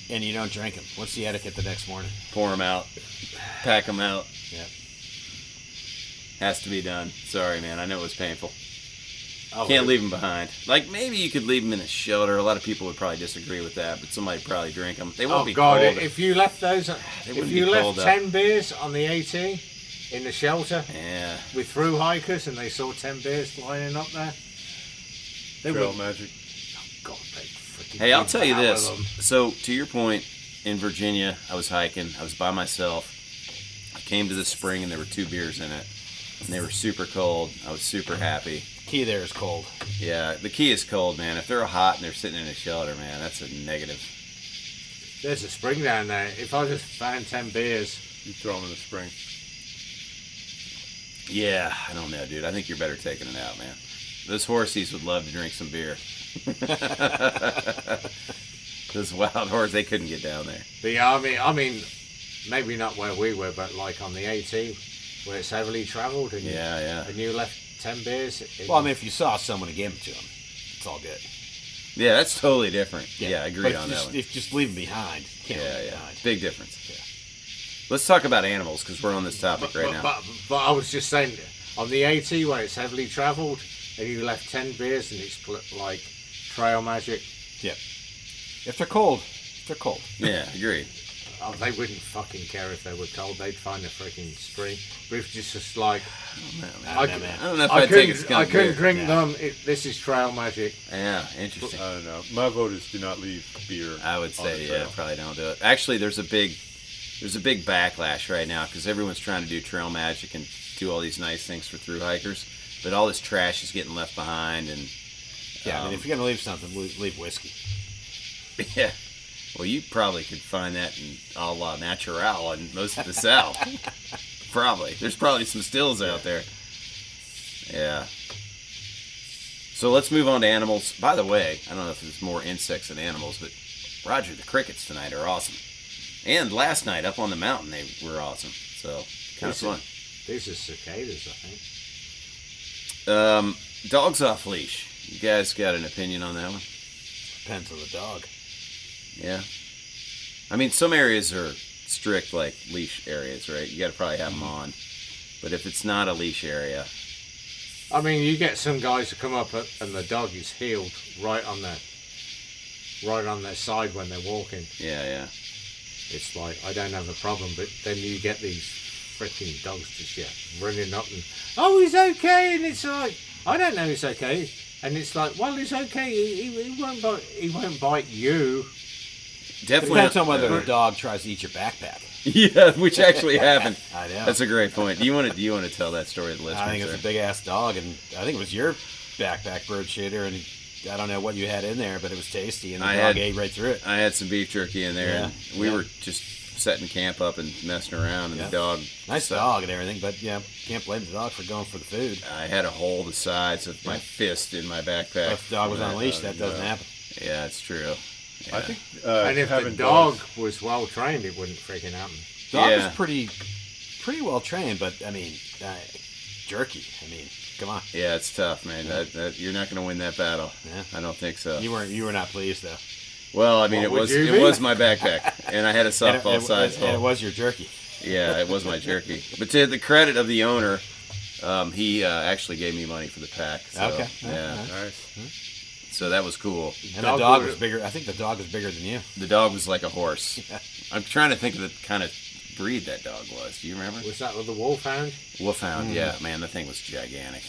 S6: and you don't drink them. What's the etiquette the next morning?
S3: Pour them out. Pack them out.
S6: Yeah.
S3: Has to be done. Sorry, man. I know it was painful.
S5: Oh,
S3: Can't leave them behind. Like maybe you could leave them in a shelter. A lot of people would probably disagree with that, but somebody would probably drink them. They won't
S5: Oh
S3: be
S5: God!
S3: cold.
S5: If you left those, uh, if
S3: wouldn't
S5: you
S3: be
S5: left
S3: cold up.
S5: ten beers on the AT in the shelter
S3: yeah,
S5: with through hikers, and they saw ten beers lining up there, they
S4: Trail
S5: would.
S4: magic.
S5: God, they freaking.
S3: Hey, I'll tell you
S5: devour
S3: this.
S5: them.
S3: So, to your point, in Virginia, I was hiking. I was by myself. I came to the spring and there were two beers in it, and they were super cold. I was super happy.
S6: Key there is cold.
S3: Yeah, the key is cold, man. If they're hot and they're sitting in a shelter, man, that's a negative.
S5: There's a spring down there. If I just found ten beers,
S4: You throw them in the spring.
S3: Yeah, I don't know, dude. I think you're better taking it out, man. Those horsies would love to drink some beer. [laughs] Those wild horse, they couldn't get down there.
S5: But yeah, I mean, I mean, maybe not where we were, but like on the AT, where it's heavily travelled, and
S3: Yeah, yeah.
S5: you, and you left ten beers. In,
S6: Well, I mean, if you saw someone and gave them to them, it's all good.
S3: Yeah, that's totally different. Yeah, I agree
S6: but
S3: on
S6: just,
S3: that one.
S6: If just leave them behind, you can't leave
S3: yeah,
S6: 'em
S3: yeah.
S6: behind.
S3: Big difference.
S6: Yeah.
S3: Let's talk about animals because we're on this topic
S5: but,
S3: right
S5: but,
S3: now.
S5: But, but I was just saying, on the AT where it's heavily travelled, and you left ten beers, and it's pl- like trail magic.
S6: Yeah. If they're cold, if they're cold.
S3: Yeah, agreed.
S5: Oh, they wouldn't fucking care if they were cold. They'd find a freaking stream. Bruce just was like,
S6: I don't know,
S5: I-
S3: I
S6: man.
S3: don't know if
S5: I
S3: I would take a
S5: couldn't, I
S3: skunk
S5: couldn't
S3: beer.
S5: drink
S6: Yeah.
S5: them. It, this is trail magic.
S3: Yeah, interesting.
S4: I don't know. My vote is do not leave beer.
S3: I would
S4: on the
S3: say, yeah,
S4: trail.
S3: probably don't do it. Actually, there's a big, there's a big backlash right now because everyone's trying to do trail magic and do all these nice things for through hikers, but all this trash is getting left behind, and Um,
S6: Yeah, I mean, if you're gonna leave something, leave, leave whiskey.
S3: [laughs] yeah, well, you probably could find that in a la natural in most of the South. probably, there's probably some stills out there. Yeah. So let's move on to animals. By the way, I don't know if there's more insects than animals, but Roger, the crickets tonight are awesome. And last night up on the mountain, they were awesome. So kind of
S5: Listen.
S3: fun.
S5: These are cicadas, I think.
S3: Um, dogs off leash. You guys got an opinion on that one?
S6: Depends on the dog.
S3: Yeah. I mean, some areas are strict, like leash areas, right? You got to probably
S6: Mm-hmm.
S3: have them on. But if it's not a leash area,
S5: I mean, you get some guys who come up at, and the dog is healed right on their, right on their side when they're walking.
S3: yeah, yeah.
S5: It's like I don't have a problem, but then you get these freaking dogs just yeah running up and oh he's okay, and it's like I don't know he's okay, and it's like well he's okay, he, he, he won't bite, he won't bite you.
S3: Definitely.
S6: Depends on
S3: not-
S6: whether the dog tries to eat your backpack.
S3: [laughs] yeah, which
S6: [laughs]
S3: actually happened.
S6: I know.
S3: That's a great point. Do you want to? Do you want to tell that story to the listeners?
S6: I think it's
S3: there?
S6: a big ass dog, and I think it was your backpack bird shooter, and I don't know what you had in there, but it was tasty, and the
S3: I
S6: dog
S3: had-
S6: ate right through it.
S3: I had some beef jerky in there, and
S6: Yeah,
S3: we
S6: yeah.
S3: were just setting camp up and messing around, and
S6: Yeah.
S3: the dog.
S6: Nice
S3: so-
S6: dog and everything, but yeah, can't blame the dog for going for the food.
S3: I had a hole the size of my fist in my backpack.
S6: If the dog was
S3: when
S6: on a leash,
S3: uh,
S6: that doesn't
S3: uh,
S6: happen.
S3: Yeah, it's true.
S4: I think. Uh,
S5: and if the
S4: having
S5: dog
S4: dogs-
S5: was well trained, it wouldn't freaking happen.
S6: Dog
S3: Yeah.
S6: is pretty, pretty well trained, but I mean, uh, jerky. I mean, come on,
S3: Yeah, it's tough, man. That, that, you're not going to win that battle.
S6: Yeah.
S3: I don't think so.
S6: you weren't, you were not pleased though.
S3: Well, I mean,
S5: What
S3: it
S5: would
S3: was
S5: you
S3: it
S5: be?
S3: was my backpack, and I had a
S6: [laughs] And it-
S3: softball
S6: and it-
S3: size
S6: and it
S3: hole.
S6: was your jerky.
S3: Yeah, it was my jerky. But to the credit of the owner, um, he uh, actually gave me money for the pack. So,
S6: Okay.
S3: Yeah.
S6: Alright.
S4: Nice.
S3: So that was cool.
S6: And
S5: Dog
S6: the dog
S5: would-
S6: was bigger. I think the dog was bigger than you.
S3: The dog was like a
S6: [laughs]
S3: horse. I'm trying to think of the kind of breed that dog was. Do you remember?
S5: Was that with the wolfhound?
S6: Mm-hmm.
S3: Wolfhound. Yeah, man, the thing was gigantic.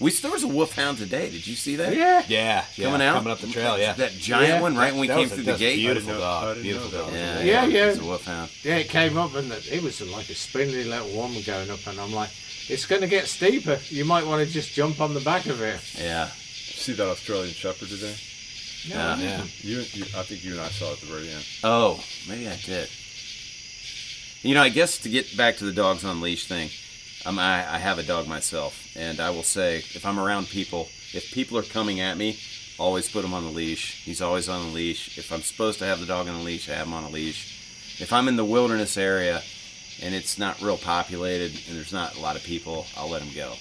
S3: We there was a wolfhound today. Did you see that?
S5: Yeah.
S6: Yeah, yeah,
S3: Coming out,
S6: coming up the trail. Yeah,
S3: That giant
S5: Yeah.
S3: one, right when we
S6: That
S3: came
S6: was a-
S3: through
S6: that
S3: the
S6: was
S3: gate.
S6: Beautiful
S4: I didn't know- I
S6: dog.
S4: didn't
S6: Beautiful
S4: know that
S6: dog.
S3: Yeah,
S4: was
S5: Yeah, yeah.
S3: It was a wolfhound.
S5: Yeah, it came up and it was like a spindly little woman going up, and I'm like, it's going to get steeper. You might want to just jump on the back of it.
S3: Yeah.
S4: Did you see that Australian Shepherd today?
S3: Yeah.
S6: Yeah.
S4: You, you, I think you and I saw it at the very end.
S3: Oh, maybe I did. You know, I guess to get back to the dogs on leash thing, um, I, I have a dog myself, and I will say if I'm around people, if people are coming at me, always put him on the leash. He's always on the leash. If I'm supposed to have the dog on a leash, I have him on a leash. If I'm in the wilderness area and it's not real populated and there's not a lot of people, I'll let him go.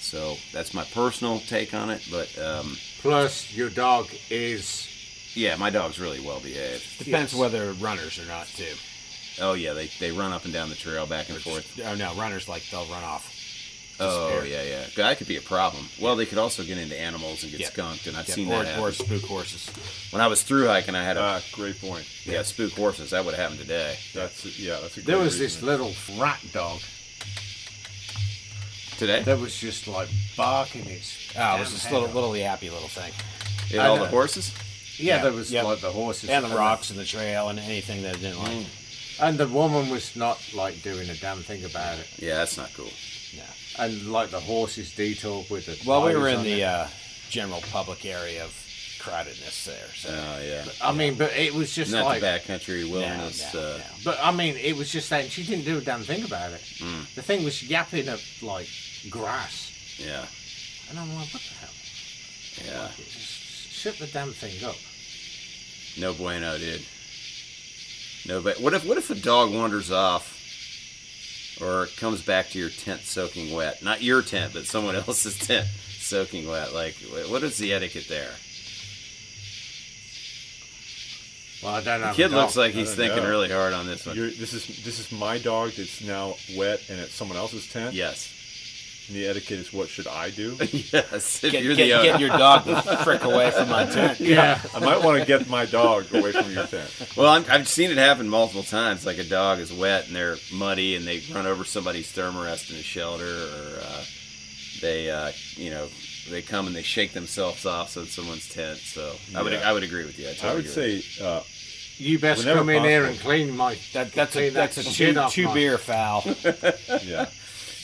S3: So that's my personal take on it, but um,
S5: Plus, your dog is
S3: yeah, my dog's really well behaved.
S6: Depends
S5: Yes.
S6: whether runners or not too.
S3: Oh yeah, they, they run up and down the trail back and forth.
S6: Oh no, runners like they'll run off.
S3: Oh
S6: disappear.
S3: yeah, yeah. That could be a problem. Well, they could also get into animals and get
S6: Yeah.
S3: skunked, and I've
S6: Yeah,
S3: seen
S6: or,
S3: that happen.
S6: or spook horses.
S3: When I was through hiking, I had a
S4: Ah, great point.
S3: yeah spook horses. That would have happened today.
S4: That's yeah. That's a. Great
S5: There was this
S4: reason.
S5: little rat dog
S3: Today,
S5: that was just like barking its.
S6: Oh, it
S5: damn
S6: was this
S5: head
S6: little
S5: off.
S6: little yappy little thing,
S3: Hit all
S5: know.
S3: the horses.
S5: Yeah, there was
S6: yeah.
S5: like the horses
S6: and the rocks and the trail and anything that it didn't like.
S5: and the woman was not like doing a damn thing about it.
S3: Yeah, that's not cool.
S6: No.
S5: And like the horses detoured with the.
S6: Well, we
S5: tires
S6: were in
S5: on
S6: the
S5: it.
S6: uh, general public area of crowdedness there, so
S3: Oh yeah,
S6: uh,
S5: I mean, but it was just
S3: not
S5: like.
S3: the backcountry wilderness.
S6: no,
S3: uh,
S6: no.
S5: But I mean, it was just that she didn't do a damn thing about it.
S6: Hmm.
S5: The thing was yapping at like grass,
S3: Yeah,
S5: and I'm like, what the hell?
S3: yeah.
S5: Just shut the damn thing up.
S3: No bueno, dude. No, but what if what if a dog wanders off? Or comes back to your tent soaking wet. Not your tent, but someone [laughs] else's tent soaking wet. Like, wh- what is the etiquette there?
S5: Well, I don't know.
S3: The kid looks like
S4: I
S3: he's
S4: don't
S3: thinking
S4: know.
S3: really hard on this one.
S4: You're, this is this is my dog that's now wet and at someone else's tent.
S3: yes. [laughs]
S4: And the etiquette is what should I do?
S3: yes, if
S6: Get,
S3: you're
S6: get-
S3: the owner.
S6: get your dog the frick away from my tent. [laughs]
S7: Yeah.
S4: I might want to get my dog away from your tent.
S3: [laughs] Well, I'm, I've seen it happen multiple times. Like a dog is wet and they're muddy, and they run over somebody's thermarest in a shelter, or uh, they, uh, you know, they come and they shake themselves off so it's someone's tent. So I would,
S4: Yeah.
S3: I would agree with you. I, totally
S4: I would
S3: agree.
S4: say uh,
S5: You best
S4: Whenever
S5: come in here and
S4: possible.
S5: clean my.
S6: That, that's a
S5: clean that
S6: that's a
S5: shit
S6: two,
S5: off
S6: two
S5: my-
S6: beer foul.
S4: yeah.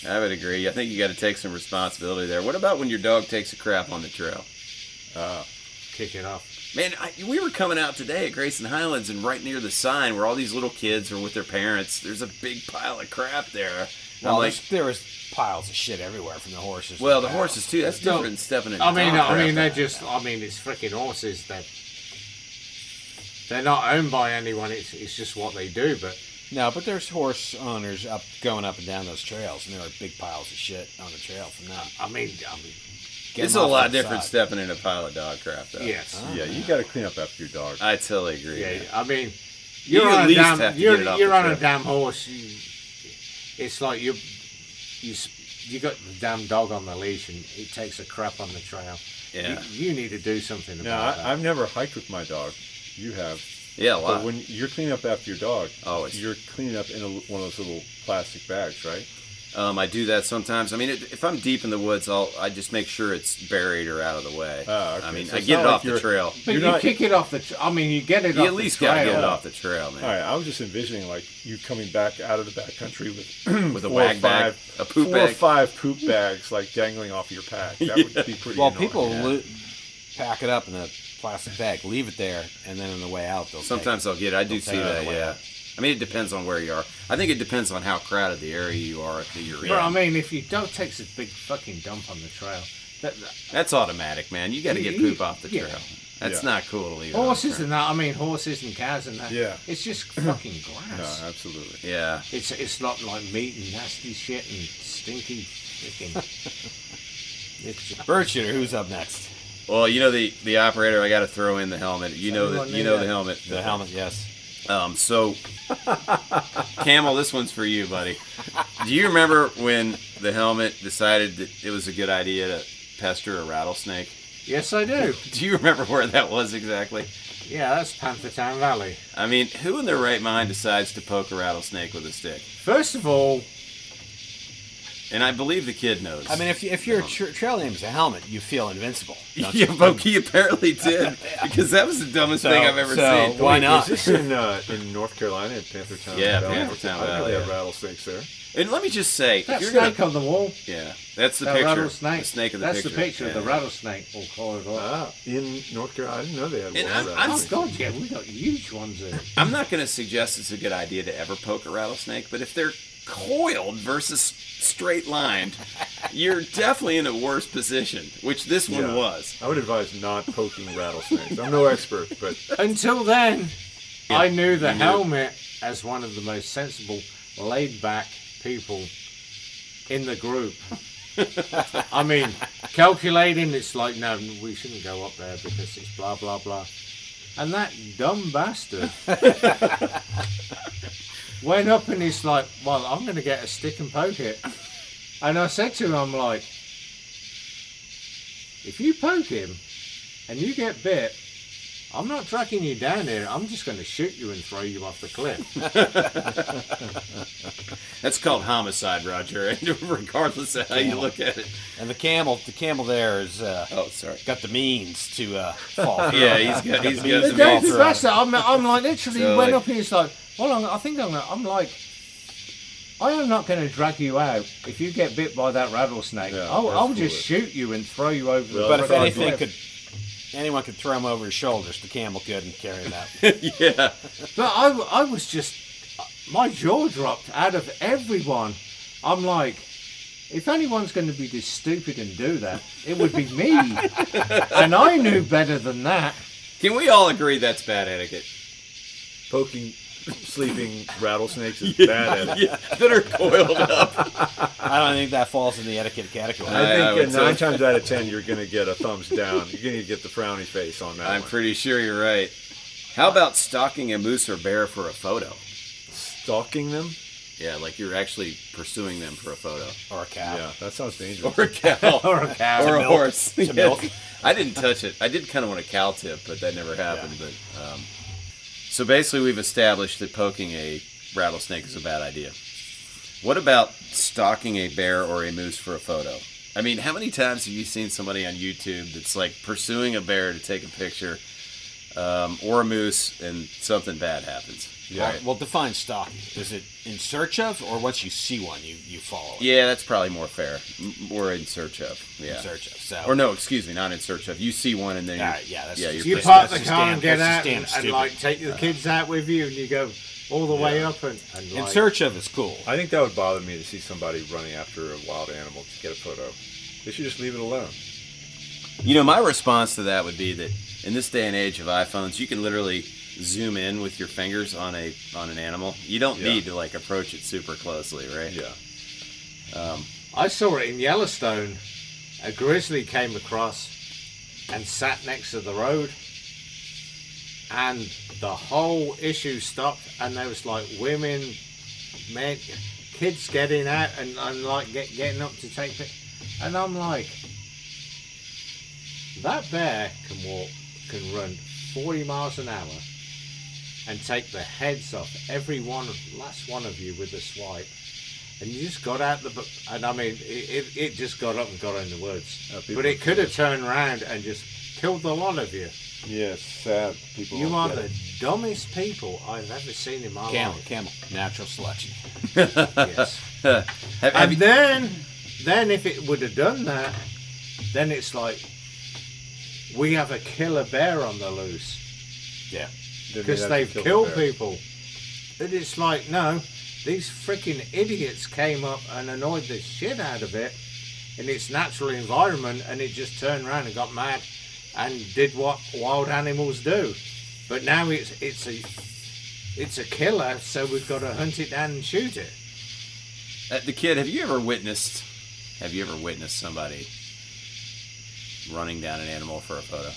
S3: I would agree. I think you got to take some responsibility there. What about when your dog takes a crap on the trail?
S5: Kick it off.
S3: Man, I, we were coming out today at Grayson Highlands, and right near the sign where all these little kids are with their parents, there's a big pile of crap there. And
S6: Well,
S3: I'm like,
S6: there's- there was piles of shit everywhere from the horses.
S3: well, the
S6: Wow.
S3: horses too. That's
S5: No.
S3: different than stepping in.
S5: I mean,
S3: dog
S5: I
S3: crap.
S5: mean, they're just. I mean, it's freaking horses. They. They're not owned by anyone. It's it's just what they do. But
S6: No, but there's horse owners up going up and down those trails, and there are big piles of shit on the trail from them.
S5: I mean, I mean,
S6: Get
S3: it's
S6: them
S3: a
S6: off
S3: lot
S6: that
S3: different
S6: side.
S3: stepping in a pile of dog crap, though.
S5: yes.
S4: Yeah, you got to clean up after your dog.
S3: I totally agree.
S5: Yeah,
S3: man.
S5: I mean,
S3: You
S5: you're
S3: at
S5: on a
S3: least have
S5: damn,
S3: to
S5: you're,
S3: get it off
S5: you're
S3: the
S5: on a
S3: trail.
S5: damn horse. You, it's like you, you, s- you got the damn dog on the leash, and it takes a crap on the trail.
S3: Yeah.
S5: You, you need to do something
S4: No,
S5: about
S4: I, I've never hiked with my dog. You have.
S3: Yeah, a
S4: But
S3: lot.
S4: when you're cleaning up after your dog,
S3: Always.
S4: you're cleaning up in a, one of those little plastic bags, right?
S3: Um, I do that sometimes. I mean, it, if I'm deep in the woods, I'll I just make sure it's buried or out of the way.
S4: Ah, okay.
S3: I mean,
S4: So
S3: I
S4: it's
S3: get
S4: not
S3: it
S4: like
S3: off the
S4: you're-
S3: trail.
S5: that. But you
S4: you're not-
S5: kick it off the. Tr- I mean, you get it
S3: You
S5: off
S3: at least
S5: the trail.
S3: gotta get it off the trail, man.
S4: All right, I was just envisioning like you coming back out of the backcountry with
S3: [clears throat] With a
S4: four or
S3: wag bag,
S4: five-
S3: a poop
S4: four or
S3: bag.
S4: five poop bags like dangling off your pack. That would
S3: [laughs]
S4: be pretty.
S6: Well,
S4: annoying.
S6: people lo- pack it up in a plastic bag, leave it there, and then on the way out, they'll take
S3: Sometimes I'll get it. I do
S6: Don't
S3: see
S6: take it out of
S3: that.
S6: the way.
S3: Yeah. I mean, it depends on where you are. I think it depends on how crowded the area you are that you're in.
S5: But I mean, if your dog takes a big fucking dump on the trail, that, that-
S3: That's automatic, man. You got to get
S5: You-
S3: poop off the
S5: yeah. Oh,
S3: trail. That's
S4: Yeah.
S3: not cool to leave. it on the
S5: horses
S3: trail.
S5: and that. I mean, horses and cows and that.
S4: Yeah.
S5: It's just fucking
S4: No,
S5: grass.
S4: absolutely.
S3: Yeah.
S5: It's it's not like meat and nasty shit and stinky freaking. [laughs] it's
S6: Bird shooter, who's up next?
S3: Well, you know the the operator. I got to throw in the helmet. You know that.
S5: Everyone
S3: You
S5: knew
S3: know
S5: that.
S3: the helmet.
S6: The helmet, yes.
S3: Um, so, Camel, this one's for you, buddy. Do you remember when the helmet decided that it was a good idea to pester a rattlesnake?
S5: Yes, I do.
S3: Do you remember where that was exactly?
S5: Yeah, that's Panthertown Valley.
S3: I mean, who in their right mind decides to poke a rattlesnake with a stick?
S5: First of all,
S3: And I believe the kid knows.
S6: I mean, if, if your tra- trail name is a helmet, you feel invincible. don't
S3: [laughs]
S6: you?
S3: yeah, Boki apparently did because that was the dumbest thing I've ever
S6: so-
S3: seen.
S6: Why not?
S4: Is this in uh, in North Carolina in Panthertown?
S3: Yeah,
S4: Valley?
S3: Panthertown
S4: I know
S3: Valley,
S4: they have
S3: yeah.
S4: rattlesnakes there.
S3: And let me just say, if
S5: that
S3: you're
S5: snake
S3: gonna,
S5: on the wall,
S3: yeah, that's the
S5: that
S3: picture.
S5: rattlesnake.
S3: The snake of the
S5: that's
S3: picture.
S5: the picture of the
S3: Yeah.
S5: rattlesnake Oh, all coiled up.
S4: Ah, in North Carolina, I didn't know they had.
S3: And
S4: wild
S3: I'm- I'm
S5: oh
S4: rattlesnakes.
S5: god, yeah, we got huge ones there.
S3: I'm not going to suggest it's a good idea to ever poke a rattlesnake, but if they're coiled versus straight lined, you're definitely in a worse position, which this one
S4: Yeah.
S3: was.
S4: I would advise not poking rattlesnakes. I'm no expert, but
S5: Until then, I knew the
S3: you knew it.
S5: helmet as one of the most sensible, laid-back people in the
S3: [laughs]
S5: group. I mean, calculating, it's like, no, we shouldn't go up there because it's blah blah blah. And that dumb
S3: [laughs]
S5: bastard went up and he's like, well, I'm going to get a stick and poke it. And I said to him, I'm like, if you poke him and you get bit, I'm not tracking you down here. I'm just going to shoot you and throw you off the cliff.
S3: That's called homicide, Roger, [laughs] and regardless of how you look at it.
S6: And the camel, the camel there is uh,
S3: Oh, sorry.
S6: got the means to uh, fall. through.
S3: [laughs] Yeah, he's got, he's got
S5: the
S3: some
S5: day
S3: balls.
S5: the bastard, I'm, I'm like, literally
S3: So,
S5: went
S3: like-
S5: up and he's like, well, I'm, I think I'm, gonna, I'm like, I am not going to drag you out if you get bit by that rattlesnake.
S4: Yeah,
S5: I'll, I'll
S4: absolutely.
S5: just shoot you and throw you over the
S4: Well,
S3: [laughs]
S6: But
S5: frickin'
S6: if
S4: Right on
S6: anything
S5: cliff."
S6: could, anyone could throw him over his shoulders. The camel couldn't carry him out.
S3: yeah.
S5: But I, w- I was just, my jaw dropped out of everyone. I'm like, if anyone's going to be this stupid and do that, it would be me. and I knew better than that.
S3: Can we all agree that's bad etiquette?
S4: poking sleeping rattlesnaks is bad etiquette.
S3: Yeah, [laughs] that are coiled up.
S6: I don't think that falls in the etiquette category.
S3: I- I
S4: I
S3: would
S4: think uh, nine
S3: say-
S4: times out of ten, you're going to get a thumbs down. You're going to get the frowny face on that.
S3: [laughs] I'm
S4: one.
S3: pretty sure you're right. How about stalking a moose or bear for a photo?
S4: stalking them.
S3: Yeah, like you're actually pursuing them for a photo.
S6: Or a cow.
S4: Yeah, that sounds dangerous.
S3: Or a cow.
S5: Or a
S3: [laughs]
S5: cow.
S3: Or
S5: To
S3: a
S5: milk.
S3: horse.
S6: To milk.
S3: I didn't touch it. I did kind of want a cow tip, but that never happened. But um, So basically, we've established that poking a rattlesnake is a bad idea. What about stalking a bear or a moose for a photo? I mean, how many times have you seen somebody on YouTube that's like pursuing a bear to take a picture um, or a moose and something bad happens?
S6: All right, well, define stalking. Is it in search of, or once you see one, you, you follow it?
S3: Yeah, that's probably more fair. M- More in search of. Yeah.
S6: In search of. So,
S3: Or no, excuse me, not in search of. You see one and then
S6: All
S3: you're-
S6: right, yeah, that's
S3: yeah,
S6: just-
S3: you're
S5: You
S6: That's
S5: park the
S6: just
S5: car
S6: damn-
S5: and get
S6: that's
S5: out
S6: just damn
S5: and, and,
S6: stupid.
S5: like take the kids out with you and you go all the way up and, and
S6: In
S5: like,
S6: search of is cool.
S4: I think that would bother me to see somebody running after a wild animal to get a photo. They should just leave it alone.
S3: You know, my response to that would be that in this day and age of iPhones, you can literally zoom in with your fingers on a on an animal. You don't
S4: Yeah.
S3: need to like approach it super closely, right?
S4: Yeah.
S5: I saw it in Yellowstone. A grizzly came across and sat next to the road, and the whole issue stopped. And there was like women, men, kids getting out and, and like get, getting up to take it. And I'm like, that bear can walk, can run 40 miles an hour, and take the heads off every one, last one of you with a swipe and you just got out the bu- and I mean it, it, it just got up and got in the woods
S4: Uh, people
S5: but it could have
S4: should-
S5: turned around and just killed the lot of you
S4: Yeah, it's sad. People
S3: Oh,
S5: you are
S4: don't
S5: the
S4: get
S5: dumbest people I've ever seen in my
S6: Camel,
S5: life
S6: camel. Natural selection.
S3: [laughs]
S5: yes
S3: Have, have
S5: and
S3: you,
S5: then then if it would have done that then it's like we have a killer bear on the loose
S6: Yeah.
S4: it. Didn't mean
S5: because
S4: that to
S5: they've
S4: kill the
S5: killed
S4: bear.
S5: people. And it's like, no, these freaking idiots came up and annoyed the shit out of it in its natural environment, and it just turned around and got mad and did what wild animals do. But now it's it's a it's a killer, so we've got to hunt it down and shoot it.
S3: uh, the kid, have you ever witnessed? Have you ever witnessed somebody running down an animal for a photo?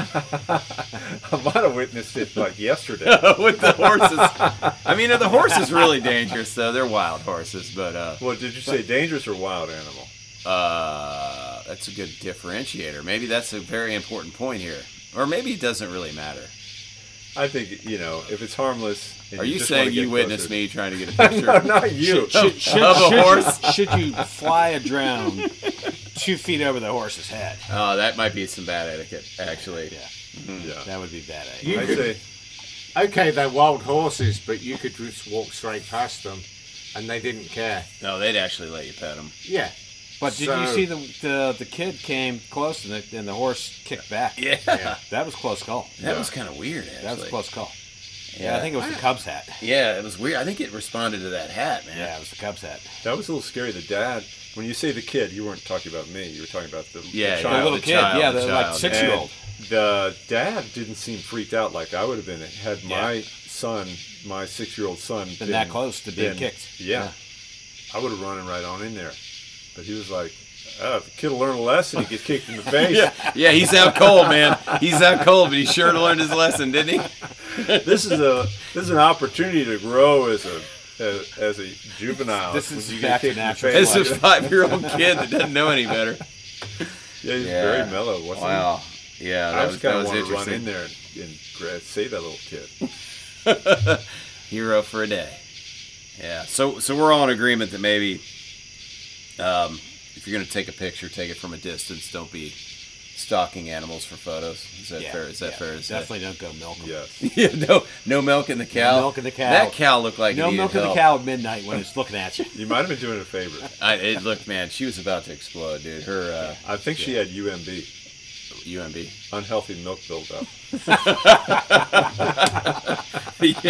S4: I might have witnessed it [laughs] like yesterday.
S3: With the horses, [laughs] I mean, the horse is really dangerous though. They're wild horses, but uh,
S4: well, did you say dangerous or wild animal?
S3: Uh, that's a good differentiator. Maybe that's a very important point here. Or maybe it doesn't really matter.
S4: I think you know if it's harmless. And
S3: Are you,
S4: just
S3: saying
S4: wanna
S3: you
S4: get
S3: witnessed
S4: closer-
S3: me trying to get a picture?
S4: No, [laughs] not you.
S3: [laughs]
S6: Should, should,
S3: of a
S6: should you-
S3: horse?
S6: should you fly a drone two feet over the horse's head?
S3: Oh, that might be some bad etiquette, actually.
S6: Yeah,
S4: yeah.
S6: that would be bad. eh? idea.
S5: You
S4: I
S5: could,
S4: say
S5: okay, they're wild horses, but you could just walk straight past them, and they didn't care.
S3: No, they'd actually let you pet them.
S5: Yeah,
S6: But did you
S5: So-
S6: see the, the the kid came close and the, and the horse kicked back?
S3: Yeah.
S5: Yeah.
S6: that was close call.
S3: That was kind of weird, actually.
S6: That was close call.
S3: Yeah.
S6: Yeah, I think it was the Cubs hat.
S3: Yeah, it was weird. I think it responded to that hat, man.
S6: Yeah, it was the Cubs hat.
S4: that was a little scary. The dad. When you say the kid, you weren't talking about me. You were talking about the, the
S3: Yeah, the
S6: The
S4: child.
S6: little
S3: the
S6: kid,
S3: child,
S6: yeah,
S3: the
S6: the, like
S3: child,
S6: six year old.
S4: the dad didn't seem freaked out like I would have been had my
S6: Yeah.
S4: son, my six-year-old son,
S6: Been that close to being kicked.
S4: Yeah,
S6: Yeah.
S4: I would have run him right on in there, but he was like, oh, "The kid will learn a lesson. He gets kicked
S6: [laughs]
S4: in the face.
S3: Yeah, he's out cold, man. He's out cold, but he sure learned his lesson, didn't he?
S4: This is a this is an opportunity to grow as a as, as a juvenile.
S6: This is
S4: when you
S6: back
S4: get kicked
S6: to
S4: in the
S6: natural
S4: face.
S3: It's a five year old kid that doesn't know any better.
S4: [laughs] Yeah, he's
S3: Yeah.
S4: very mellow. Wasn't
S3: Wow. Yeah,
S4: he?
S3: that
S4: I
S3: was,
S4: was
S3: that
S4: kind
S3: was
S4: of want to
S3: interesting.
S4: run in there and, and gra- save that little kid.
S3: hero for a day. Yeah. So so we're all in agreement that maybe um, if you're gonna take a picture, take it from a distance. Don't be stalking animals for photos. Is that
S6: Yeah,
S3: fair? Is that
S6: yeah.
S3: fair? Is
S6: Definitely don't go milk 'em.
S3: [laughs]
S4: Yes.
S3: yeah. No no milk in the cow.
S6: milk in the cow.
S3: That cow looked like
S6: No
S3: it
S6: milk
S3: needed
S6: of the
S3: help.
S6: cow at midnight when it's
S3: [laughs]
S6: looking at you.
S4: You might have been doing a favor.
S3: I, it looked man. She was about to explode, dude. Her
S4: I think she had UMB,
S3: uh,
S6: [laughs]
S3: UMB.
S4: unhealthy milk buildup.
S3: yeah.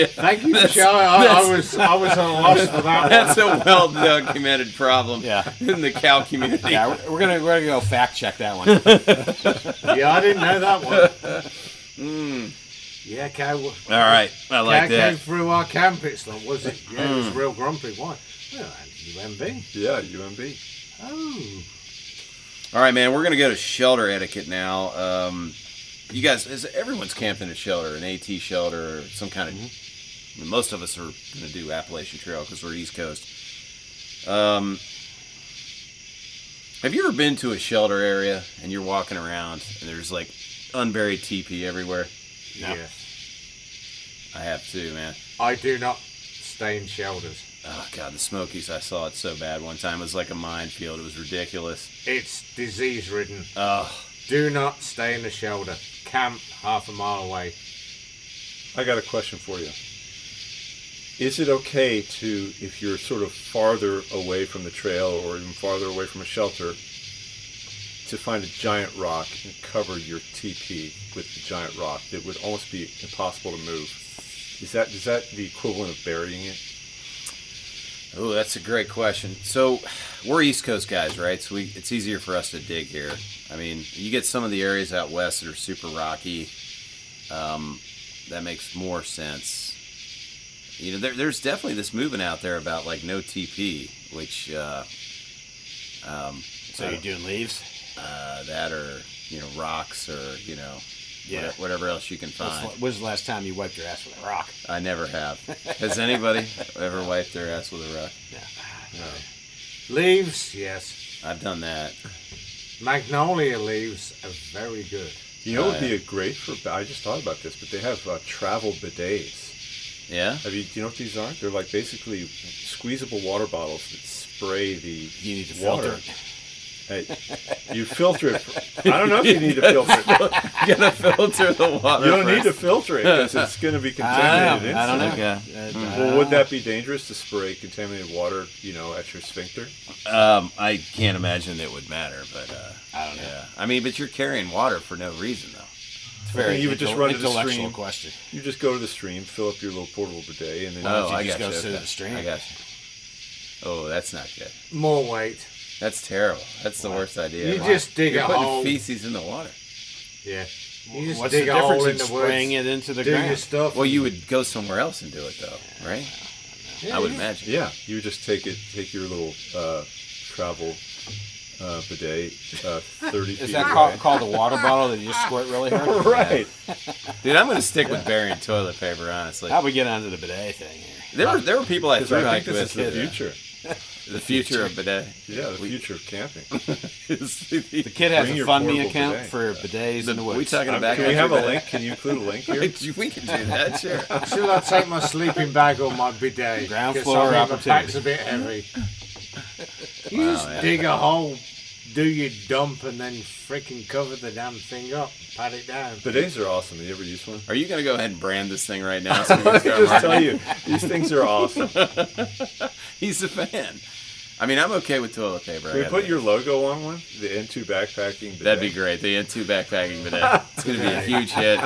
S5: thank you, Michelle. I, I was I was at a loss
S3: [laughs]
S5: for that one.
S3: That's a well documented problem
S6: Yeah.
S3: [laughs] in the cow community.
S6: Yeah, we're, we're gonna we're gonna go fact check that one.
S5: Yeah, I didn't know that one.
S6: Hmm.
S5: Yeah, cow,
S3: All right, I
S5: cow
S3: like
S5: came
S3: that.
S5: through our camp. It's like, was it? Yeah, it was
S6: Hmm.
S5: real grumpy. Why? Well, and UMB.
S4: Yeah, UMB.
S5: Oh,
S3: All right, man. We're gonna go to shelter etiquette now. Um, you guys, is everyone's camped in a shelter, an AT shelter, or some kind of And most of us are going to do Appalachian Trail because we're East Coast. Um, have you ever been to a shelter area and you're walking around and there's like unburied teepee everywhere?
S6: No.
S5: Yes.
S3: I have too, man.
S5: I do not stay in shelters.
S3: Oh god, the Smokies! I saw it so bad one time. It was like a minefield. It was ridiculous.
S5: It's disease ridden.
S3: Oh,
S5: Do not stay in the shelter. Camp half a mile away.
S4: I got a question for you. Is it okay to, if you're sort of farther away from the trail or even farther away from a shelter, to find a giant rock and cover your teepee with the giant rock that would almost be impossible to move? Is that is that the equivalent of burying it?
S3: Oh, that's a great question. So, we're East Coast guys, right? So we, it's easier for us to dig here. I mean, you get some of the areas out west that are super rocky. Um, that makes more sense. You know, there, there's definitely this movement out there about like no TP, which uh, um,
S6: So you're doing leaves?
S3: uh, that or you know rocks or you know
S6: Yeah.
S3: what- whatever else you can
S6: When's
S3: find.
S6: the- When's the last time you wiped your ass with a rock?
S3: I never
S6: [laughs]
S3: have. Has anybody ever wiped their ass with a rock?
S5: Leaves, yes.
S3: I've done that.
S5: Magnolia leaves are very good.
S4: You know, it
S3: Uh,
S4: would be a great for. I just thought about this, but they have uh, travel bidets.
S3: Yeah.
S4: Have you? Do you know what these are? They're like basically squeezable water bottles that spray the
S6: You need to
S4: water.
S6: filter. it.
S4: Hey, you filter it. I don't know if you need to filter
S6: [laughs]
S4: it.
S3: [laughs] You gotta filter the water.
S4: You don't need to
S3: first.
S4: filter it because it's going to be
S6: I don't
S4: contaminated.
S6: know. Ah, I don't know.
S4: instantly.
S3: Okay.
S6: Uh, I
S4: Well,
S6: don't
S4: would
S6: know.
S4: that be dangerous to spray contaminated water, you know, at your sphincter?
S3: Um, I can't imagine it would matter, but uh,
S6: I don't know.
S3: yeah. I mean, but you're carrying water for no reason though.
S6: It's very
S4: You would just
S6: intel-
S4: run to the
S6: intellectual
S4: stream.
S6: question.
S4: You just go to the stream, fill up your little portable bidet, and then
S6: Oh,
S4: you
S6: I
S4: just-
S6: just go
S3: gotcha,
S6: sit in the stream.
S3: I got you. Oh, that's not good.
S5: More weight.
S3: That's terrible. That's the worst idea.
S5: You
S3: ever.
S5: just dig
S3: You're
S5: a
S3: putting
S5: hole.
S3: feces in the water.
S5: Yeah. You just
S6: What's the
S5: dig a
S6: difference
S5: hole
S6: in
S5: in the
S6: spraying
S5: woods,
S6: it into the
S5: do your
S6: ground?
S5: stuff.
S3: Well, you would go somewhere else and do it though, right? I would imagine.
S4: yeah, you just take it, take your little uh, travel uh, bidet,
S6: [laughs]
S4: uh, thirty feet
S6: Is that
S4: away.
S6: called, called a water bottle that you just squirt really hard?
S4: [laughs] Right.
S3: Dude, I'm gonna stick with burying toilet paper. Honestly,
S6: How we get onto the bidet thing here?
S3: there were there were people I
S4: Because
S3: threw
S4: I
S3: hike
S4: think this is
S3: with.
S4: the
S3: that, uh,
S4: future.
S3: The future of bidet. [laughs]
S4: Yeah, the
S3: We-
S4: future of
S3: [laughs]
S4: camping.
S3: is the-
S6: The kid has
S4: Bring
S6: a
S4: your
S6: fund me
S4: portable
S6: account
S4: bidet.
S6: for bidets in the woods.
S3: we
S6: [laughs]
S3: talking
S4: Um,
S3: about?
S4: Can we have a link? Can you include a link
S3: [laughs]
S4: here?
S3: we can do that, sure.
S5: Should I take my sleeping bag or my bidet?
S6: Ground
S5: 'Cause
S6: floor
S5: I think My
S6: opportunity.
S5: pack's a bit heavy. You just dig a hole, do your dump, and then freaking cover the damn thing up, pat it down.
S4: Bidets are awesome. Have you ever used
S3: [laughs]
S4: one?
S3: Are you gonna go ahead and brand this thing right now? So
S4: [laughs]
S3: we
S4: I
S3: can start
S4: was just
S3: marketing?
S4: tell you, these things are
S3: [laughs]
S4: awesome. Can
S3: He's a fan. I mean, I'm okay with toilet paper. I
S4: we
S3: gotta
S4: put
S3: admit.
S4: your logo on one? The N2 backpacking.
S3: That'd be great. The N2 backpacking
S4: [laughs]
S3: bidet. It's gonna be a huge hit.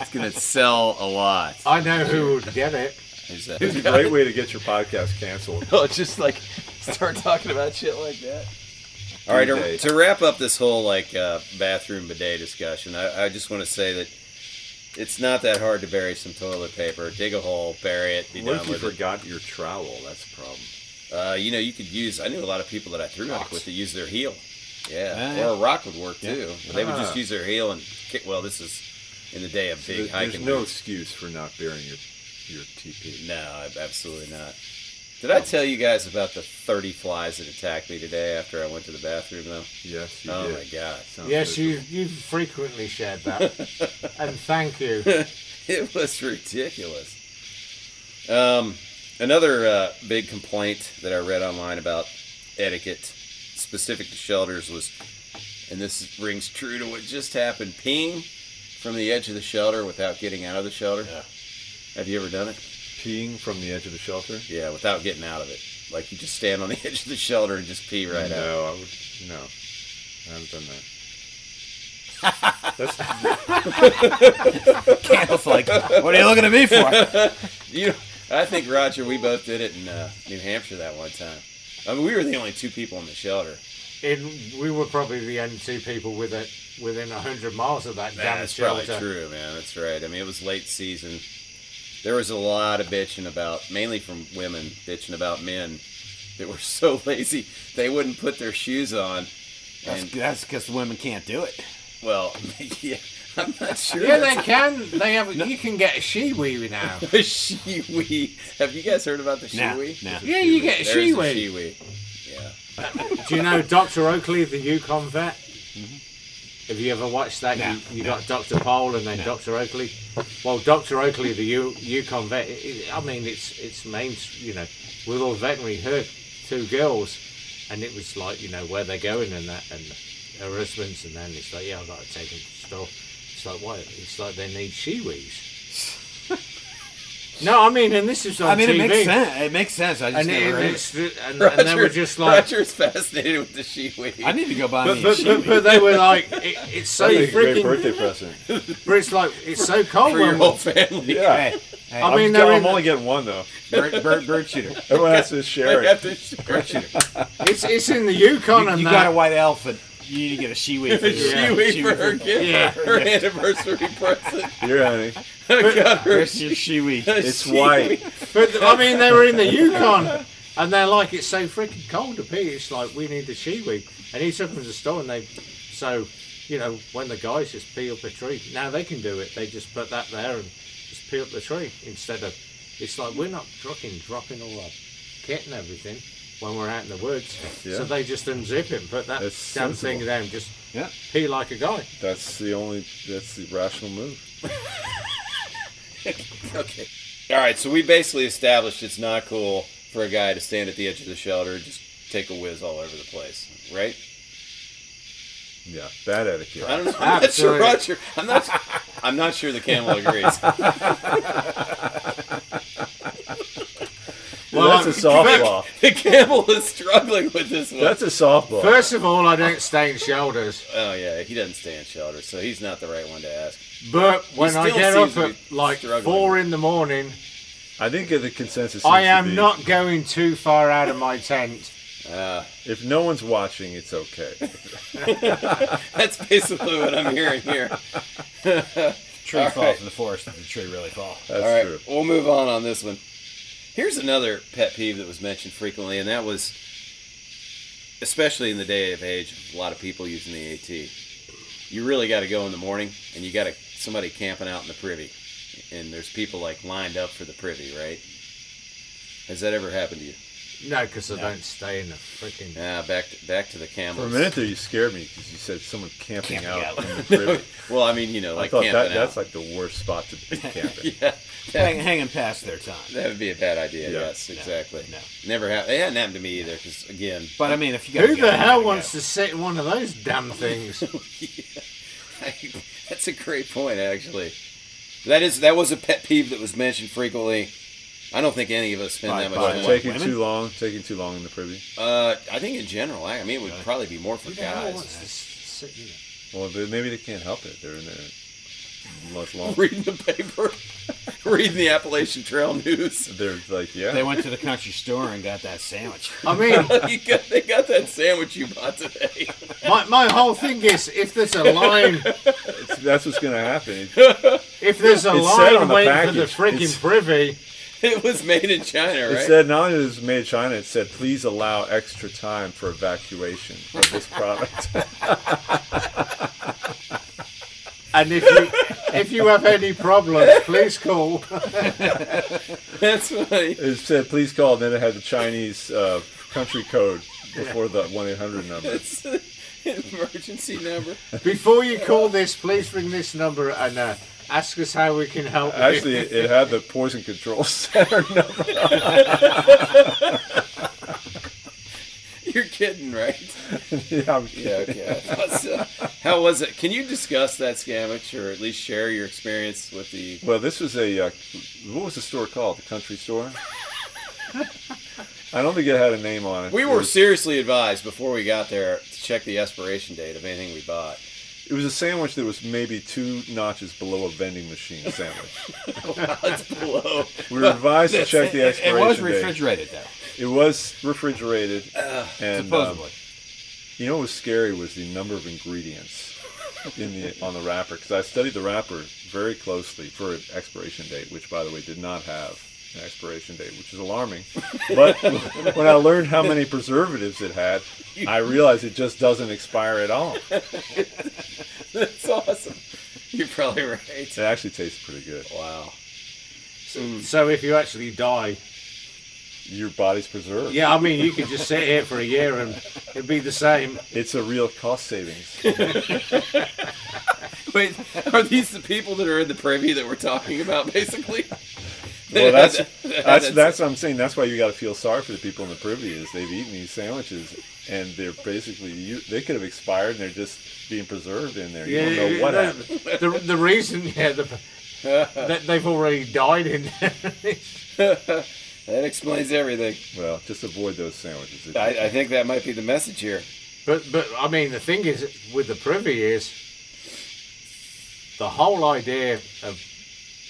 S3: It's gonna sell a lot.
S5: I know who would get it.
S3: Is that-
S4: It's a great way to get your podcast canceled.
S7: Oh, just like start talking about shit like
S6: [laughs]
S7: that.
S3: All right, to,
S4: Bidet.
S3: to wrap up this whole like uh, bathroom bidet discussion, I, I just want to say that it's not that hard to bury some toilet paper. Dig a hole, bury it, be
S4: What
S3: done
S4: if you
S3: with it.
S4: forgot your trowel? That's a problem.
S3: Uh, you know, you could use. I knew a lot of people that I threw rock with that use their heel. Yeah,
S6: Ah, yeah.
S3: or a rock would work too. But They would just
S4: Ah.
S3: use their heel and kick. Well, this is in the day of big
S4: There- There's
S3: hiking.
S4: no
S3: boots.
S4: excuse for not burying your your TP.
S3: no, ab- absolutely not. Did I tell you guys about the 30 flies that attacked me today after I went to the bathroom though?
S4: Yes, you
S3: oh
S4: did.
S3: my god.
S4: Sounds
S5: Yes,
S4: miserable.
S5: you you frequently shared that, and thank you.
S3: [laughs] it was ridiculous. Um, another uh, big complaint that I read online about etiquette specific to shelters was, and this rings true to what just happened: peeing from the edge of the shelter without getting out of the shelter.
S6: Yeah.
S3: Have you ever done it?
S4: peeing from the edge of the shelter.
S3: Yeah, without getting out of it. Like you just stand on the [laughs] edge of the shelter and just pee right out.
S4: No, I would. No, I haven't done that. That's,
S6: It's like, what are you looking at me for?
S3: You, I think Roger, we both did it in uh, New Hampshire that one time. I mean, we were the only two people in the shelter.
S5: It, we were probably the only two people with it within hundred miles of that damn
S3: That's
S5: shelter.
S3: probably true, man. That's right. I mean, it was late season. There was a lot of bitching about, mainly from women, bitching about men that were [laughs] so lazy they wouldn't put their shoes on.
S6: That's
S3: And,
S6: because women can't do it.
S3: well, [laughs] yeah, I'm not sure.
S5: Yeah, they can. They have. You can get a shiwi now.
S7: The shiwi. Have you guys heard about the
S6: Nah,
S7: shiwi?
S6: nah.
S5: Yeah, you get a
S3: There's
S5: shiwi.
S3: the shiwi. Yeah.
S5: Do you know Dr. Oakley, the Yukon vet? Have you ever watched that?
S6: Mm-hmm. No,
S5: you you got Dr. Pole and then Dr. Oakley. Well, Dr. Oakley, the U- Yukon vet. i i I mean, it's it's main. You know, with all veterinary, her two girls, and it was like you know where they're going and that and her husband's, and then it's like yeah, I've got to take them to the store. It's like why? It's like they
S6: [laughs]
S5: need shiwis. no, I mean, and this is on
S6: I mean,
S5: TV.
S6: it makes sense. It makes sense. I just
S5: And, it,
S6: never heard it.
S5: it's, and, and they were just like,
S3: Roger's fascinated with the shiwi.
S6: I need to go buy
S4: But-
S6: me a
S4: but-
S6: sheep.
S5: but, but they were like, it, it's so
S4: That'd be a great
S5: freaking.
S4: birthday
S5: [laughs]
S4: present.
S5: But it's like it's so cold.
S3: for your
S5: when-
S3: whole [laughs] family.
S4: Yeah.
S6: Hey, hey,
S5: I
S4: I
S5: mean,
S4: mean,
S5: they're
S4: I'm,
S5: in-
S4: only getting one [laughs] though.
S6: bird, bird, bird shooter.
S4: Everyone has to share
S3: You have to
S4: it.
S3: share it.
S5: it's it's in the Yukon
S6: You,
S5: and
S6: you
S5: that.
S6: got a white elephant. You need to get a shiwi
S3: [laughs]
S6: for
S3: The
S6: your
S5: Yeah.
S3: shiwi for her gift,
S5: Yeah.
S3: her anniversary present.
S4: You're honey. [laughs]
S3: I got her
S6: Where's your shiwi?
S3: a [laughs]
S4: It's
S3: shiwi.
S4: white.
S5: but I mean, they were in
S4: [laughs]
S5: the Yukon, and they're like, it's so freaking cold up here. It's like we need the shiwi, and he took them to the store, and they, so, you know, when the guys just peel the tree, now they can do it. They just put that there and just peel the tree instead of. It's like we're not fucking dropping all our kit and everything when we're out in the woods.
S4: Yeah.
S5: So they just unzip it and put that
S4: That's
S5: damn
S4: sensible.
S5: thing down, just
S6: Yeah.
S5: peel like a guy.
S4: That's the only. That's the rational move.
S3: Okay. All right, so we basically established it's not cool for a guy to stand at the edge of the shelter and just take a whiz all over the place, right?
S4: Yeah, bad etiquette.
S3: I don't know. I'm not sure, Roger. I'm not. I'm not sure the camel [laughs] agrees.
S4: Well, that's a softball.
S3: the camel is struggling with this one.
S4: That's a softball.
S5: First of all, I don't stay in shoulders,
S3: oh yeah, he doesn't stay in shelter, so he's not the right one to ask.
S5: but when I
S3: still
S5: get
S3: seems
S5: up
S3: to
S5: at
S3: be
S5: like
S3: struggling.
S5: four in the morning,
S4: I think the consensus. seems
S5: I
S4: to
S5: am
S4: be,
S5: not going too far out of my tent.
S3: Uh,
S4: If no one's watching,
S3: [laughs]
S4: it's okay.
S3: that's basically what I'm hearing here.
S6: Tree
S3: All
S6: falls
S3: right.
S6: in the forest if the tree really fall.
S4: That's
S3: All right,
S4: true.
S3: we'll move on on this one. Here's another pet peeve that was mentioned frequently, and that was, especially in the day of age, a lot of people using the AT. You really got to go in the morning, and you got to somebody camping out in the privy, and there's people like lined up for the privy, right? Has that ever happened to you?
S5: No, because I don't stay in the freaking.
S3: Ah, back to, back to the
S4: For
S3: camels.
S4: a minute there, you scared me because you said someone camping,
S6: Camping
S4: out,
S6: out.
S3: [laughs]
S4: in the privy.
S3: well, I mean, you know,
S4: I
S3: like
S4: thought
S3: camping
S4: that,
S3: out.
S4: that's like the worst spot
S3: [laughs]
S4: to be camping.
S3: yeah,
S6: Hang, hanging past their time.
S3: that would be a bad idea.
S4: Yeah.
S3: Yes, exactly.
S6: no.
S3: Never happened. It hadn't happened to me either, because again,
S6: But I mean, if you got
S5: Who the hell wants to sit in one of those damn things?
S3: [laughs] That's a great point, actually. That is that was a pet peeve that was mentioned frequently. I don't think any of us spend
S6: By-
S3: that
S6: by
S3: much
S4: But
S3: time.
S4: taking
S6: women?
S4: too long, taking too long in the privy.
S3: Uh, I think in general, I I mean, it would probably be more for
S5: Who the hell
S3: guys.
S5: wants
S3: [laughs]
S5: to s- sit in it?
S4: Well, they, maybe they can't help it. They're in there much long.
S3: Reading the paper, [laughs] reading the Appalachian Trail news. [laughs]
S4: They're like, yeah.
S6: They went to the country store and got that sandwich.
S5: I
S3: [laughs]
S5: mean,
S3: You got, they got that sandwich you bought today. [laughs]
S5: my, my whole thing is if there's a line,
S4: It's- that's what's
S6: [laughs]
S4: gonna happen.
S5: if there's a
S4: It said
S5: line
S4: on the
S5: waiting for the
S4: package, it's-
S5: freaking privy,
S3: It was made in China,
S4: It
S3: right?
S4: said not only was it made in China, it said please allow extra time for evacuation of
S6: [laughs]
S4: this product.
S5: and if you if you have any problems, please call.
S3: That's funny. [laughs]
S4: it said please call. Then it had the Chinese uh, country code before the one eight hundred number.
S3: It's an emergency number.
S5: Before you call this, please ring this number and uh, ask us how we can help. you.
S4: Actually, it, it had the poison control [laughs] center number.
S3: You're kidding, right?
S4: yeah, I'm-
S3: Yeah, okay. I thought so. How was it? Can you discuss that scammish or at least share your experience with the
S4: Well, this was a uh, what was the store called? The country store. I don't think it had a name on it.
S3: We
S4: It
S3: were
S4: was-
S3: seriously advised before we got there to check the expiration date of anything we bought. [laughs]
S4: It was a sandwich that was maybe two notches below a vending machine sandwich.
S3: That's below.
S4: We were advised to check the
S6: It,
S4: expiration
S6: was
S4: date.
S6: refrigerated, though,
S4: It was refrigerated, and um,
S6: supposedly.
S4: you know what was scary was the number of ingredients in the on the wrapper because I studied the wrapper very closely for an expiration date, which by the way did not have an expiration date, which is alarming. But when I learned how many preservatives it had, I realized it just doesn't expire at all.
S3: That's awesome. You're probably right.
S4: It actually tastes pretty good.
S3: Wow.
S4: um,
S5: So if you actually die,
S4: Your body's preserved.
S5: yeah, I mean, you could just sit here for a year and it'd be the same.
S4: It's a real cost savings.
S3: Wait, are these the people that are in the privy that we're talking about, basically?
S4: well, that's that's
S3: That's-
S4: that's what I'm saying. That's why you got to feel sorry for the people in the privy is they've eaten these sandwiches and they're basically you, they could have expired and they're just being preserved in there. You don't know what
S5: the,
S4: happened.
S5: The, the reason, yeah, the, that they've already died in there.
S3: That explains everything.
S4: Well, just avoid those sandwiches. If-
S3: I, I think that might be the message here.
S5: But but I mean the thing is with the privy is the whole idea of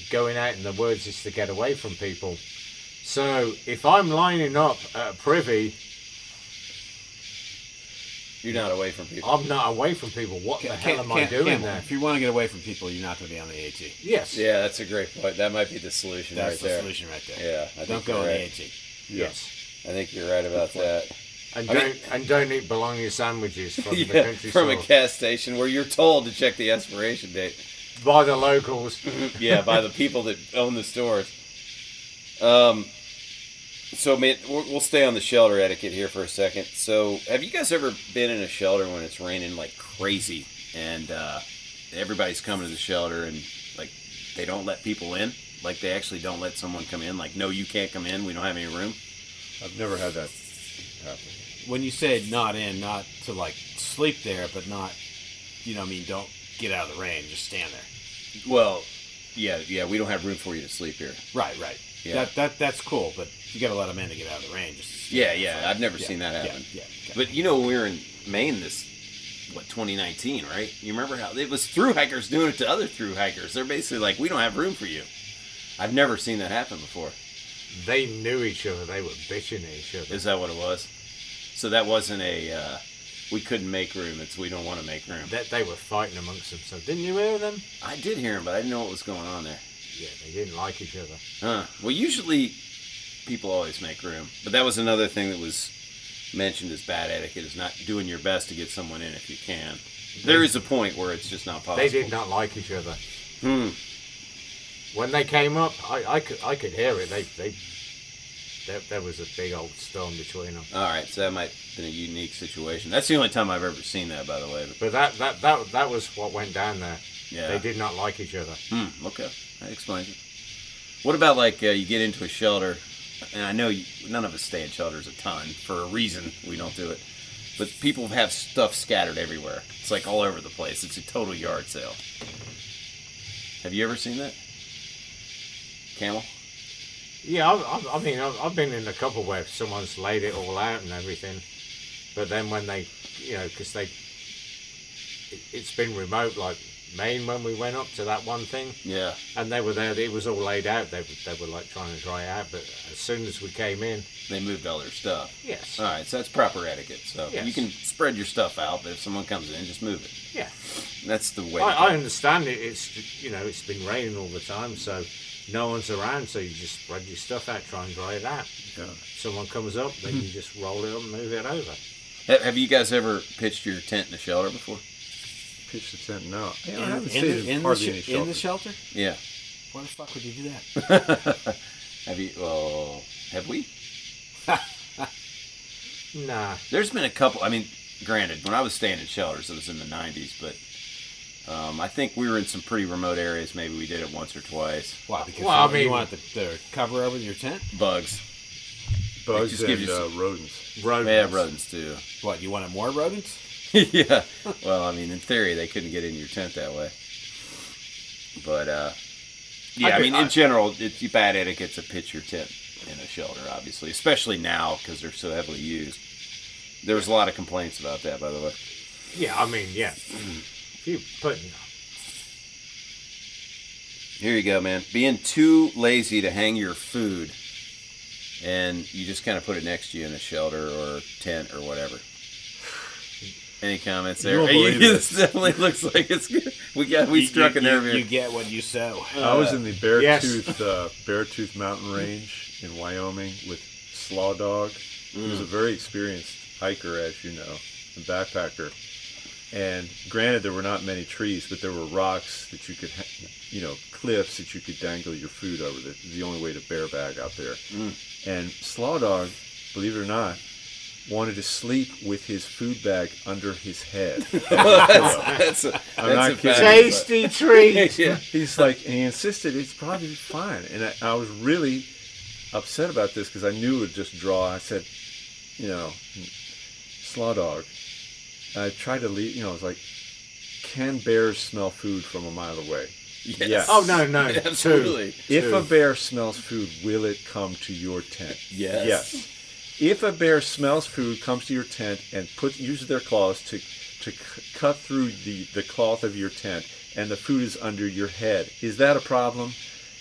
S5: going out in the woods is to get away from people. So if I'm lining up at a privy,
S3: You're not away from people.
S5: I'm not away from people. What the hell am I doing
S6: Campbell,
S5: there?
S6: If you want to get away from people, you're not going to be on the AT.
S5: Yes.
S3: Yeah, that's a great point. That might be the solution
S6: That's
S3: right
S6: the
S3: there.
S6: solution right there.
S3: Yeah, I
S6: Don't
S3: think
S6: go
S3: you're
S6: on
S3: right.
S6: the AT.
S5: Yes.
S3: I think you're right about that.
S5: And
S3: I
S5: don't
S3: mean-
S5: and don't eat bologna sandwiches from
S3: [laughs]
S5: the
S3: yeah,
S5: country
S3: from a
S5: store
S3: gas station where you're told to check the expiration date.
S5: by the locals.
S3: yeah, by the people that own the stores. Um, so man, we'll we'll stay on the shelter etiquette here for a second. So, have you guys ever been in a shelter when it's raining like crazy and uh, everybody's coming to the shelter and like they don't let people in? Like they actually don't let someone come in. Like, no, you can't come in. We don't have any room.
S4: I've never had that happen.
S6: When you say not in, not to like sleep there, but not, you know, I mean, don't get out of the rain, just stand there.
S3: Well, yeah, yeah, we don't have room for you to sleep here.
S6: Right, right.
S3: Yeah.
S6: That, that that's cool, but you got to let them in to get out of the rain. Just to stand
S3: Yeah,
S6: there
S3: yeah,
S6: for-
S3: I've never seen that
S6: yeah,
S3: happen.
S6: Yeah, okay.
S3: But you know, we were in Maine this, what, 2019, right? You remember how it was through hikers doing it to other through hikers. They're basically like, we don't have room for you. I've never seen that happen before.
S5: they knew each other. They were bitching at each other.
S3: Is that what it was? So that wasn't a, uh, we couldn't make room. It's we don't want to make room.
S5: That they were fighting amongst themselves. Didn't you hear them?
S3: I did hear him, but I didn't know what was going on there.
S5: Yeah, they didn't like each other.
S3: Huh. Well, usually people always make room. But that was another thing that was mentioned as bad etiquette is not doing your best to get someone in if you can. There is a point where it's just not possible.
S5: They did not like each other.
S3: Hmm.
S5: When they came up, I, I could I could hear it. They they there, there was a big old storm between them.
S3: All right, so that might have been a unique situation. That's the only time I've ever seen that, by the way. But
S5: But that that that, that was what went down there.
S3: yeah,
S5: They did not like each other.
S3: Hmm, okay, that explains it. What about like uh, you get into a shelter, and I know you, none of us stay in shelters a ton for a reason. We don't do it, but people have stuff scattered everywhere. It's like all over the place. It's a total yard sale. Have you ever seen that? Camel.
S5: Yeah, I, I, I mean I've, I've been in a couple where someone's laid it all out and everything, but then when they you know because they it, it's been remote like Maine when we went up to that one thing.
S3: Yeah.
S5: And they were there. It was all laid out. They, were- they were like trying to dry out. But as soon as we came in,
S3: They moved all their stuff.
S5: yes,
S3: All right, so that's proper etiquette. So
S5: Yes.
S3: you can spread your stuff out, but if someone comes in, just move it.
S5: yeah.
S3: That's the way. to
S5: I,
S3: go.
S5: I understand it. It's you know it's been raining all the time, so no one's around. So you just spread your stuff out, try and dry it out.
S3: Yeah.
S5: Someone comes up, then you just roll it up and move it over.
S3: Ha- Have you guys ever pitched your tent in a shelter before?
S4: Pitch the tent now. Yeah,
S6: In,
S4: I haven't
S6: in
S4: stayed
S6: the, in, the
S4: hardly
S6: sh-
S4: any
S6: in the
S4: shelter.
S6: shelter?
S3: Yeah.
S6: Why the fuck would you do that?
S3: Have you? Well, have we?
S5: Nah,
S3: There's been a couple. I mean, granted, when I was staying in shelters, it was in the '90s, but um, I think we were in some pretty remote areas. Maybe we did it once or twice.
S6: Why? Because
S5: Well, I
S6: you, you
S5: mean-
S6: want the, the cover over your tent?
S3: Bugs.
S4: Bugs
S3: just give
S4: and,
S3: you
S4: uh, rodents.
S5: rodents.
S3: Yeah, rodents too.
S6: What, you wanted more rodents?
S3: [laughs] yeah. Well, I mean, in theory, they couldn't get in your tent that way. But uh, yeah, I,
S5: could-
S3: mean,
S5: I-
S3: in general, it's bad etiquette to pitch your tent in a shelter, obviously, especially now because they're so heavily used. There was a lot of complaints about that, by the way.
S5: Yeah, I mean, yeah. If you put
S3: Here you go, man. Being too lazy to hang your food, and you just kind of put it next to you in a shelter or tent or whatever. Any comments there? [laughs]
S4: You won't believe
S3: this definitely looks like it's good. We got we
S6: You-
S3: struck
S6: you,
S3: a nerve
S6: you,
S3: here.
S6: you get what you sow.
S4: I was in the Beartooth
S5: yes.
S4: uh, Beartooth Mountain Range in Wyoming with Slaw
S3: Mm.
S4: Dog. He was a very experienced hiker, as you know, and backpacker. And granted, there were not many trees, but there were rocks that you could, ha- you know, cliffs that you could dangle your food over. The, the only way to bareback out there. And Slaw Dog, believe it or not, wanted to sleep with his food bag under his head.
S3: That's a,
S4: I'm
S3: that's
S4: not
S3: a
S4: kidding.
S3: fact,
S5: Tasty treat.
S3: but- [laughs] yeah.
S4: He's like, and he insisted it's probably fine. And I, I was really upset about this because I knew it would just draw. I said, you know, slaw dog. I tried to leave, you know, I was like, can bears smell food from a mile away?
S3: Yes.
S5: Oh
S3: [laughs]
S5: no, no,
S3: Absolutely.
S5: Two.
S4: If
S5: Two.
S4: a bear smells food, will it come to your tent?
S3: Yes.
S4: Yes. If a bear smells food, comes to your tent, and put uses their claws to to c- cut through the the cloth of your tent, and the food is under your head, is that a problem?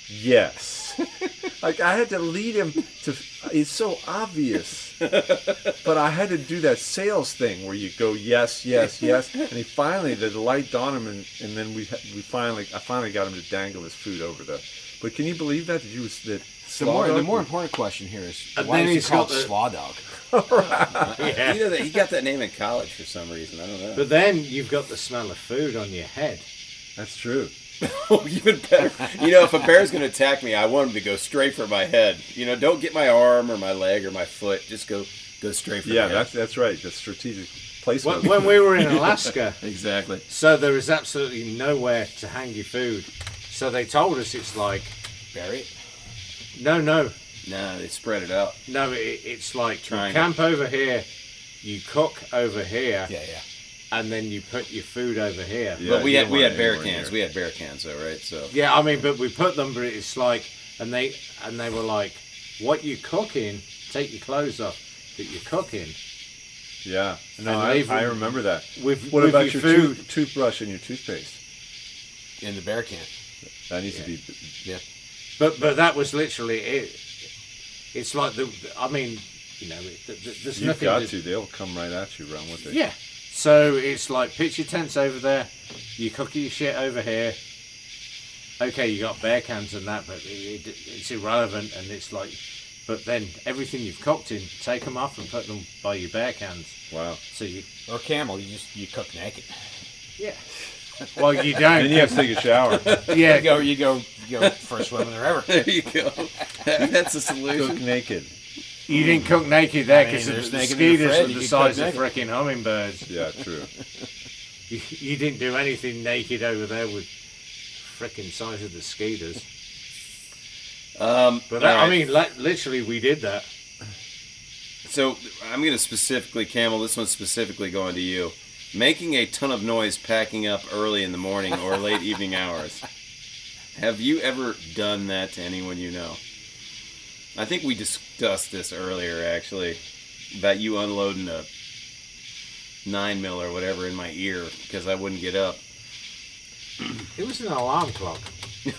S4: Yes. like I had to lead him to. It's so obvious, but I had to do that sales thing where you go yes, yes, yes, and he finally the light dawned him, and, and then we ha- we finally I finally got him to dangle his food over the. But can you believe that that you was that.
S6: The more, the
S4: Slaughter-
S6: more important question here is
S5: And
S6: why
S5: then
S6: is he
S5: he's
S6: called
S5: got the-
S6: Slaw Dog?
S5: Yeah.
S3: You know that he got that name in college for some reason. I don't know.
S5: But then you've got the smell of food on your head.
S4: That's true.
S3: Oh, [laughs] even better. You know, if a bear's going to attack me, I want him to go straight for my head. You know, don't get my arm or my leg or my foot. Just go go straight for
S4: Yeah,
S3: my head.
S4: that's that's right. The strategic placement.
S5: When, when we were in Alaska,
S3: exactly.
S5: so there is absolutely nowhere to hang your food. So they told us it's like,
S6: Bury it.
S5: no, no,
S3: No, they spread it out.
S5: no. It, it's like you
S3: Triangle.
S5: camp over here, you cook over here,
S6: Yeah, yeah.
S5: and then you put your food over here.
S4: Yeah,
S3: but we
S4: you
S3: had
S4: don't
S3: we
S4: want
S3: had bear
S4: anywhere
S3: cans.
S4: near.
S3: We had bear cans though, right?
S5: [laughs]
S3: So
S5: Yeah, I mean, but we put them, but it's like, and they and they were like, "What you cooking? Take your clothes off that you're cooking
S4: yeah, no,
S5: And
S4: I,
S5: leave
S4: I
S5: them
S4: remember that.
S5: with,
S4: What
S5: with
S4: about your,
S5: your,
S4: tooth-
S5: food."
S4: toothbrush and your toothpaste?
S6: In the bear camp.
S4: That needs to be.
S5: But but that was literally it. It's like the, I mean, you know, it, th- th- there's
S4: You've
S5: nothing.
S4: got
S5: that-
S4: to. They'll come right at you, around with it.
S5: Yeah. So it's like pitch your tents over there, you cook your shit over here. Okay, you got bear cans and that, but it, it, it's irrelevant, and it's like, but then everything you've cooked in, take them off and put them by your bear cans.
S4: Wow.
S5: So you
S6: Or camel, you just you cook naked.
S5: Yeah. Well, you
S4: Then you
S5: don't.
S4: have to take a shower.
S5: [laughs] yeah.
S6: You go, you go, you go first swim in the river.
S3: there you go. [laughs] that's the solution.
S4: Cook naked.
S5: You didn't cook naked there
S6: I
S5: because
S6: mean,
S5: the
S6: there's naked in the
S5: mosquitoes
S6: fridge,
S5: were the
S6: you
S5: size
S6: cook
S5: of freaking hummingbirds.
S4: Yeah, true.
S5: You, you didn't do anything naked over there with freaking size of the skeeters.
S3: Um,
S5: But that,
S3: all
S5: I
S3: right.
S5: mean, like, literally, we did that.
S3: so I'm going to specifically, Camel. This one's specifically going to you. Making a ton of noise, packing up early in the morning or late
S6: [laughs]
S3: evening hours. Have you ever done that to anyone you know? I think we discussed this earlier, actually, about you unloading a nine mil or whatever in my ear because I wouldn't get up. [laughs]
S5: It was an alarm clock.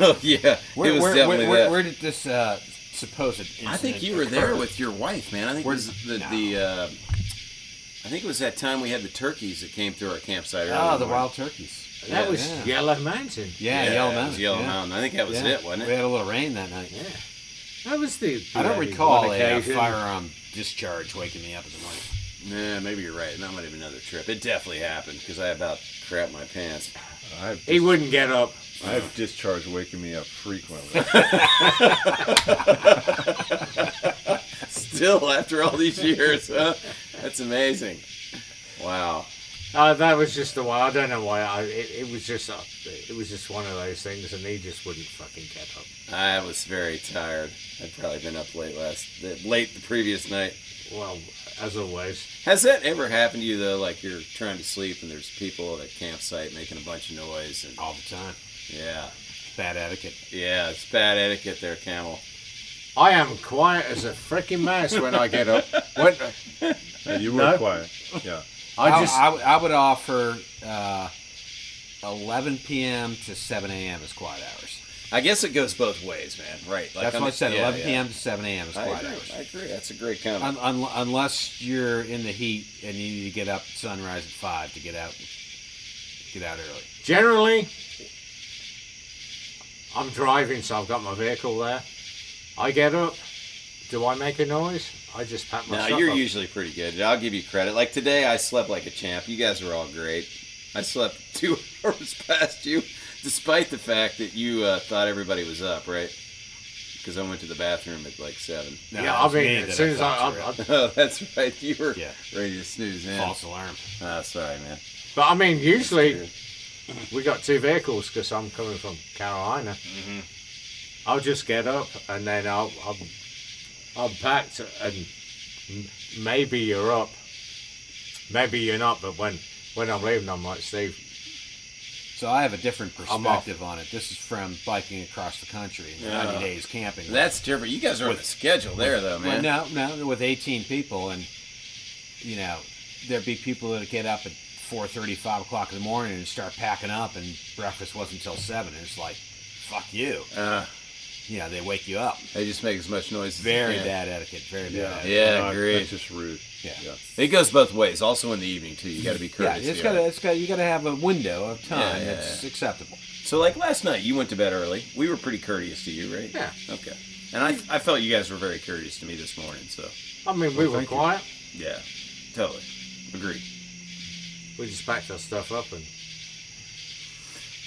S3: oh yeah,
S6: Where,
S3: it was
S6: where,
S3: definitely
S6: where, where,
S3: that.
S6: where did this uh, supposed incident
S3: I think you were there
S6: occur?
S3: with your wife, man. I think it
S6: Where-
S3: was the,
S6: no.
S3: the uh, I think it was that time we had the turkeys that came through our campsite. early in
S6: Ah, the
S3: morning.
S6: wild turkees.
S5: That
S6: Yeah,
S5: was
S6: yeah.
S5: Yellow Mountain.
S6: Yeah,
S3: Yeah,
S6: Yellow
S3: it was
S6: Mountain.
S3: Yellow
S6: yeah.
S3: Mountain. I think that was
S6: Yeah.
S3: it, wasn't
S6: We
S3: it?
S6: had a little rain that night.
S5: Yeah. That was the.
S6: I don't
S5: bloody
S6: recall a,
S5: one
S6: uh
S5: occasion.
S6: firearm discharge waking me up in the morning.
S3: Nah, maybe you're right. That might have been another trip. It definitely happened because I about crap my pants. [laughs]
S4: I've
S5: He wouldn't get up.
S4: I've discharged waking me up frequently.
S3: Still, after all
S6: [laughs]
S3: these years, huh? That's amazing. Wow.
S5: Uh, that was just the way. I don't know why. I, it, it was just. Uh, it was just one of those things, and he just wouldn't fucking get up.
S3: I was very tired. I'd probably been up late last, the- late the previous night.
S5: Well, as always.
S3: Has that ever happened to you though? Like you're trying to sleep and there's people at a campsite making a bunch of noise and
S6: All the time.
S3: yeah,
S6: Bad etiquette.
S3: yeah, it's bad etiquette there, Camel.
S5: I am quiet as a freaking mouse when I get up. When,
S4: Yeah, you were
S5: No.
S4: quiet. Yeah.
S5: I just
S6: I, I would offer uh, 11 p.m. to 7 a.m. as quiet hours.
S3: I guess it goes both ways, man. Right? Like,
S6: That's
S3: I'm-
S6: what I said.
S3: yeah,
S6: 11
S3: yeah.
S6: p.m. to 7 a.m. is
S3: I
S6: quiet
S3: agree. I
S6: hours.
S3: agree. That's a great comment.
S6: Un, un, unless you're in the heat and you need to get up at sunrise at five to get out, get out early.
S5: generally I'm driving, so I've got my vehicle there. I get up. Do I make a noise? I just pat my.
S3: no, you're usually pretty good. I'll give you credit. Like today, I slept like a champ. You guys were all great. I slept [laughs] two hours past you, despite the fact that you uh, thought everybody was up, right? Because I went to the bathroom at like seven. [laughs]
S6: No,
S5: yeah,
S6: it
S5: I
S6: was
S5: mean,
S6: me
S5: as
S6: that
S5: soon as I,
S6: thought
S5: I,
S6: you were-
S5: I-
S3: Oh, that's right. You were
S6: Yeah.
S3: ready to snooze in.
S6: false alarm.
S3: Ah, sorry, man.
S5: but I mean, usually we got two vehicles because I'm coming from Carolina.
S6: Mm-hmm.
S5: I'll just get up and then I'll, I'm, I'm packed and m- maybe you're up, maybe you're not. But when when I'm leaving, I'm like, Steve,
S6: So I have a different
S5: off.
S6: perspective on it. This is from biking across the country, and 90 days camping.
S3: That's different. You guys are on the schedule there, though,
S6: well,
S3: man.
S6: no, no, with 18 people, and you know, there'd be people that get up at 4:30, 5 o'clock in the morning and start packing up, and breakfast wasn't until seven. And it's like, fuck you.
S3: Uh,
S6: You know, they wake you up.
S3: they just make as much noise as they
S6: Very
S3: can.
S6: bad etiquette. Very bad.
S4: Yeah,
S6: etiquette.
S3: Yeah,
S4: no,
S3: agreed.
S4: That's just rude.
S6: Yeah.
S4: yeah.
S3: It goes both ways. Also in the evening too. You got to be
S6: Yeah,
S3: courteous.
S6: it's
S3: to
S6: got
S3: the
S6: to, it's got, you got to have a window of time
S3: Yeah, yeah,
S6: that's acceptable.
S3: So, like last night, you went to bed early. We were pretty courteous to you, right?
S5: Yeah.
S3: Okay. And I, I felt you guys were very courteous to me this morning. So,
S5: I mean, we were quiet.
S3: yeah, totally. Agreed.
S5: We just packed our stuff up and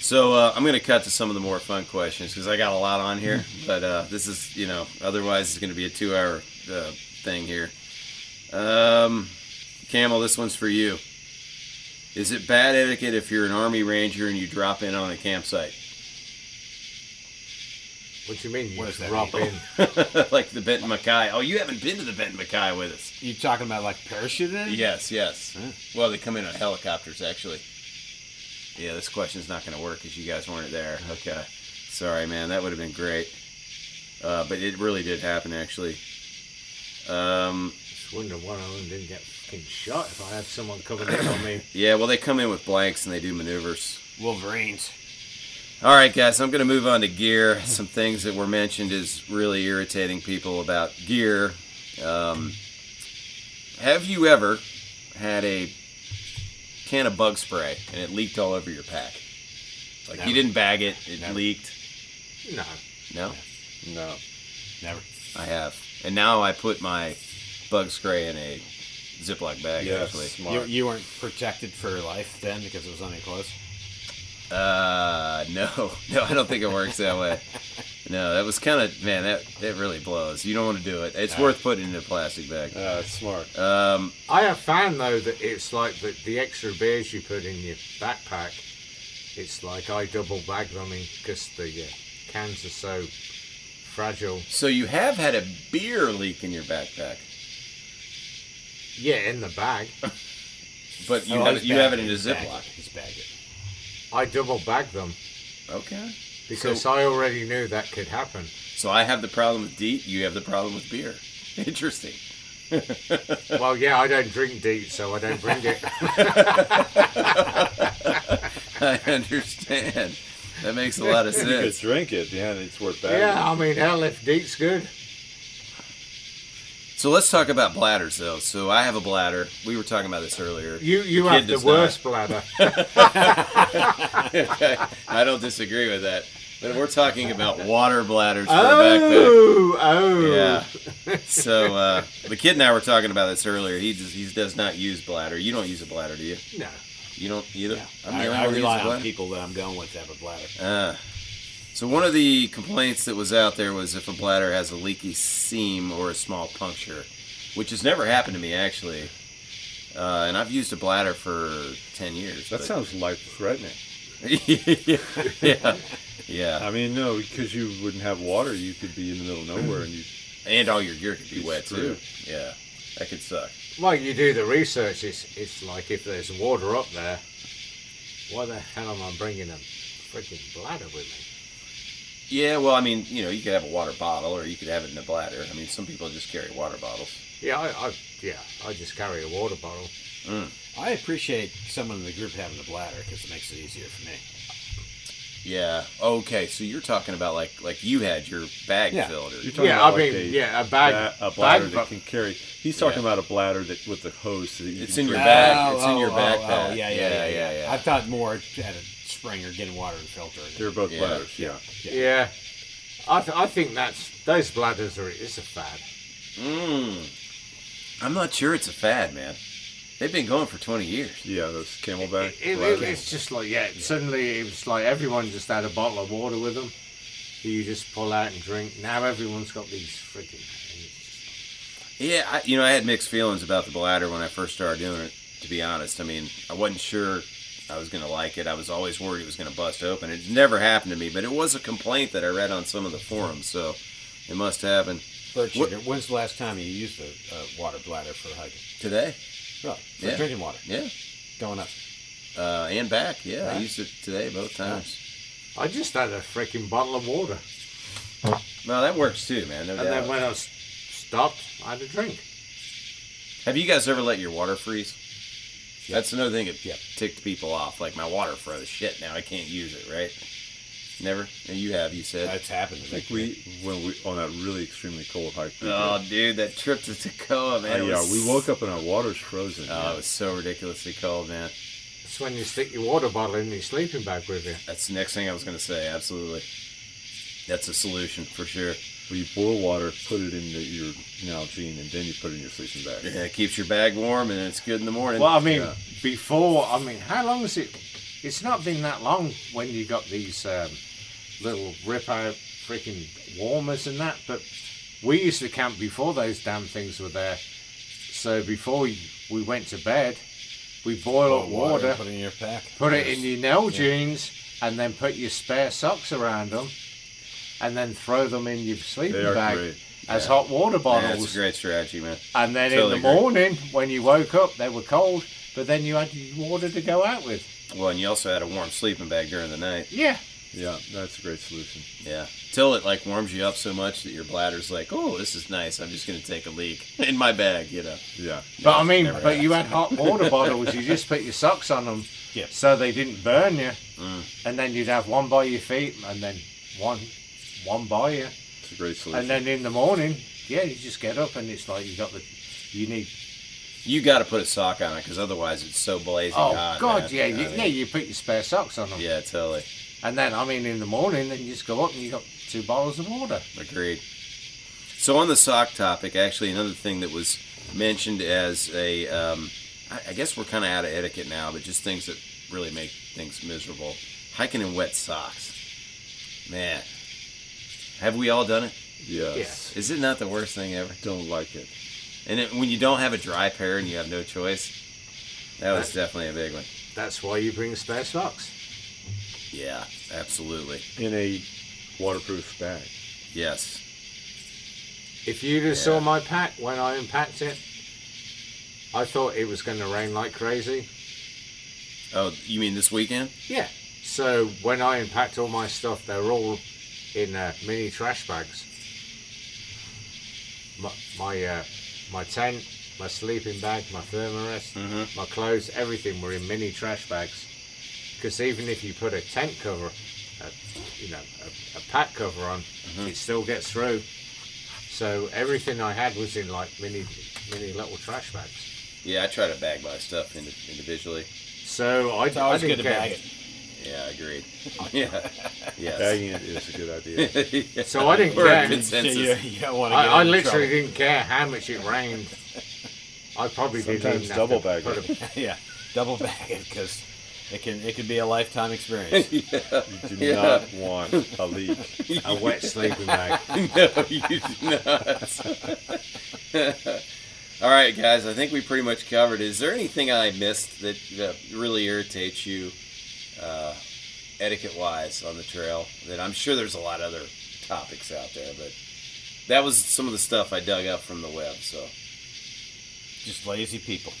S3: So, uh, I'm going to cut to some of the more fun questions because I got a lot on here. but uh, this is, you know, otherwise it's going to be a two hour uh, thing here. Um, Camel, this one's for you. Is it bad etiquette if you're an Army Ranger and you drop in on a campsite? [laughs]
S5: what do you mean? You
S6: What does that
S5: drop
S6: mean?
S5: in.
S3: like the Benton Mackay. Oh, you haven't been to the Benton Mackay with us.
S6: You talking about like parachuting?
S3: Yes, yes.
S6: Huh.
S3: Well, they come in on helicopters, actually. Yeah, this question's not going to work because you guys weren't there. Okay. Sorry, man. That would have been great. Uh, but it really did happen, actually. Um,
S5: Just wonder one of them didn't get fucking shot if I had someone coming in on me.
S3: yeah, well, they come in with blanks and they do maneuvers.
S6: Wolverines.
S3: All right, guys, I'm going to move on to gear. Some things that were mentioned is really irritating people about gear. Um, have you ever had a can of bug spray and it leaked all over your pack? Like you
S6: Never.
S3: didn't bag it, it
S6: Never.
S3: leaked.
S5: No.
S3: No,
S4: No,
S6: Never.
S3: I have, and now I put my bug spray in a Ziploc bag.
S4: yes,
S3: Actually,
S6: You,
S4: smart.
S6: you weren't protected for life then because it was on your clothes.
S3: uh, no, [laughs] no, I don't think it works that way. No, that was kind of man. That that really blows. You don't want to do it. It's
S6: No.
S3: worth putting in a plastic bag.
S4: Uh, smart.
S3: Um,
S5: I have found though that it's like the, the extra beers you put in your backpack. It's like I double bag them in because the uh, cans are so fragile.
S3: so you have had a beer leak in your backpack,
S5: Yeah, in the bag.
S3: but you
S6: Oh,
S3: have,
S6: he's
S3: you have it in
S6: bagged
S3: a
S6: He's bagged
S3: Ziploc.
S6: it. He's bagged it.
S5: I double bag them
S3: Okay.
S5: because I already knew that could happen.
S3: So I have the problem with DEET, you have the problem with beer. [laughs] Interesting.
S5: well, yeah, I don't drink deep, so I don't bring it.
S3: I understand. That makes a lot of
S4: You could
S3: sense.
S4: drink it, yeah, and it's worth bad.
S5: yeah, I mean, hell, if deep's good.
S3: So let's talk about bladders, though. So I have a bladder. We were talking about this earlier.
S5: You you
S3: The kid
S5: have the
S3: does
S5: worst bladder.
S3: [laughs] I don't disagree with that. But we're talking about water bladders for a backpack.
S5: oh, oh.
S3: Yeah. So uh, the kid and I were talking about this earlier. He does, he does not use bladder. You don't use a bladder, do you?
S5: No.
S3: You don't either. I'm the
S6: I,
S3: only
S6: I
S3: one who uses
S6: rely on
S3: bladder?
S6: people that I'm going with to have a bladder.
S3: Uh, so one of the complaints that was out there was if a bladder has a leaky seam or a small puncture, which has never happened to me actually. Uh, and I've used a bladder for ten years.
S4: That
S3: but-
S4: sounds life threatening.
S3: yeah, [laughs] yeah, yeah.
S4: I mean, no, because you wouldn't have water, you could be in the middle of nowhere and you
S3: And all your gear could be
S4: It's
S3: wet too.
S4: true.
S3: Yeah, that could suck.
S5: Well, you do the research. It's, it's like if there's water up there, why the hell am I bringing a freaking bladder with me?
S3: Yeah, well, I mean, you know, you could have a water bottle or you could have it in a bladder. I mean, some people just carry water bottles.
S5: Yeah, I, I yeah, I just carry a water bottle.
S6: I appreciate someone in the group having a bladder because it makes it easier for me.
S3: Yeah. Okay, so you're talking about like like you had your bag
S6: Yeah.
S3: filled. Or,
S4: You're talking
S5: Yeah,
S4: about
S5: I
S4: like
S5: mean,
S4: a,
S5: yeah, a bag,
S4: ba- a bladder
S5: bag,
S4: that
S5: but
S4: can carry. He's talking
S3: Yeah.
S4: about a bladder that with the hose. So that you
S3: It's
S4: can
S3: in your
S4: drink.
S3: bag. It's in your
S6: Oh,
S3: backpack.
S6: yeah, yeah, yeah,
S3: Yeah, yeah, yeah.
S6: I thought more at a spring or getting water and filter.
S4: They're both
S3: Yeah.
S4: bladders. Yeah.
S5: yeah. I, th- I think that's those bladders are it's a fad.
S3: Mm. I'm not sure it's a fad, man. They've been going for 20 years.
S4: Yeah, those Camelback.
S5: It, it,
S4: black-
S5: it's just like, yeah, suddenly it was like everyone just had a bottle of water with them that you just pull out and drink. Now everyone's got these freaking things.
S3: Yeah, I, you know, I had mixed feelings about the bladder when I first started doing it, to be honest. I mean, I wasn't sure I was going to like it. I was always worried it was going to bust open. It never happened to me, but it was a complaint that I read on some of the forums, so it must happen.
S6: Bird
S3: What-
S6: shooter. When's the last time you used a, a water bladder for hiking?
S3: Today?
S6: Really? For
S3: Yeah.
S6: drinking water.
S3: Yeah.
S6: Going up.
S3: Uh, and back, yeah. I
S6: Right.
S3: used it today both times.
S5: I just had a freaking bottle of water.
S3: No, that works too, man. No
S5: And
S3: doubt.
S5: then when I s- stopped, I had a drink.
S3: Have you guys ever let your water freeze? That's another thing that
S6: Yeah.
S3: ticked people off. Like my water froze. Shit, now I can't use it. Right? Never. No, You have. You said.
S6: That's happened to
S4: I
S6: me.
S4: think we when we on that really extremely cold hike. we did.
S3: Oh, dude, that trip to Tacoma,
S4: Uh,
S5: Oh,
S3: man. it
S4: yeah,
S3: was-
S4: we woke up and our water's frozen.
S3: Oh,
S4: yeah.
S3: it was so ridiculously cold, man.
S5: It's when you stick your water bottle in your sleeping bag with you.
S3: That's the next thing I was gonna say. Absolutely. That's a solution for sure.
S4: Well, you boil water, put it in the, your Nalgene, and then you put it in your sleeping
S3: [laughs]
S4: bag.
S3: Yeah, it keeps your bag warm and it's good in the morning.
S5: Well, I mean,
S4: Yeah.
S5: before, I mean, how long is it? It's not been that long when you got these um, little rip out freaking warmers and that, but we used to camp before those damn things were there. So before y- we went to bed, we boil up
S6: Boil water,
S5: water,
S6: Put it in your pack.
S5: put
S6: [laughs]
S5: it in your Nell jeans, and then put your spare socks around them, and then throw them in your sleeping
S4: are
S5: bag
S4: great.
S5: as hot water
S3: yeah, that's
S5: bottles.
S3: a great strategy, man.
S5: And then
S3: Totally
S5: in the
S3: agree.
S5: morning, when you woke up, they were cold, but then you had your water to go out with.
S3: Well, and you also had a warm sleeping bag during the night.
S5: Yeah.
S4: Yeah, that's a great solution.
S3: Yeah. Till it like warms you up so much that your bladder's like, oh, this is nice. I'm just gonna take a leak [laughs] in my bag, you know.
S4: Yeah,
S5: But I mean,
S3: never
S5: but you had hot water bottles. You just put your socks on them
S6: Yeah.
S5: so they didn't burn you.
S3: Mm.
S5: And then you'd have one by your feet and then one one by you.
S4: it's a great solution.
S5: And then in the morning, yeah, you just get up and it's like you got the, you need,
S3: You got to put a sock on it because otherwise it's so blazing
S5: oh
S3: hot.
S5: God,
S3: man.
S5: yeah,
S3: I
S5: you,
S3: mean,
S5: yeah, you put your spare socks on them.
S3: yeah, totally.
S5: And then, I mean, in the morning, then you just go up and you got two bottles of water.
S3: Agreed. So on the sock topic, actually, another thing that was mentioned as a, um, I, I guess we're kind of out of etiquette now, but just things that really make things miserable. Hiking in wet socks, man. Have we all done it?
S4: yes.
S5: Yes.
S3: Is it not the worst thing ever?
S4: Don't like it.
S3: And it, when you don't have a dry pair and you have no choice, that was definitely a big one.
S5: That's why you bring spare socks.
S3: Yeah, absolutely.
S4: In a waterproof bag.
S3: Yes.
S5: If you'd have saw my pack when I unpacked it, I thought it was going to rain like crazy.
S3: Oh, you mean this weekend?
S5: Yeah. So when I unpacked all my stuff, they were all in uh, mini trash bags. My my, uh, my tent, my sleeping bag, my thermarest,
S6: Mm-hmm.
S5: my clothes, everything were in mini trash bags. Because even if you put a tent cover, a, you know, a, a pack cover on,
S6: Mm-hmm.
S5: it still gets through. So everything I had was in like mini, mini little trash bags.
S3: Yeah, I try to bag my stuff indi- individually.
S5: So I,
S6: It's always
S5: I
S6: good
S5: didn't
S6: to
S5: care.
S6: bag it.
S3: Yeah,
S5: [laughs]
S3: agreed. Yeah. [laughs] Yes.
S4: Bagging it is a good
S3: [laughs]
S4: idea.
S5: So I didn't
S3: We're
S5: care.
S3: in consensus.
S6: You, you don't want to
S5: I,
S6: get
S5: I
S6: in
S5: literally didn't care how much it rained. I probably didn't
S4: Sometimes
S5: even
S4: double
S5: have
S4: bag
S5: to put
S4: it.
S5: a-
S6: trouble. [laughs] yeah, double bag it because it can it can be a lifetime experience.
S4: You do not want a leak.
S3: [laughs]
S5: [laughs] a wet sleeping bag.
S3: no, you do not. [laughs] All right, guys. I think we pretty much covered. it. Is there anything I missed that, that really irritates you, uh, etiquette-wise, on the trail? That I'm sure there's a lot of other topics out there, but that was some of the stuff I dug up from the web. So
S6: [laughs] Just lazy people.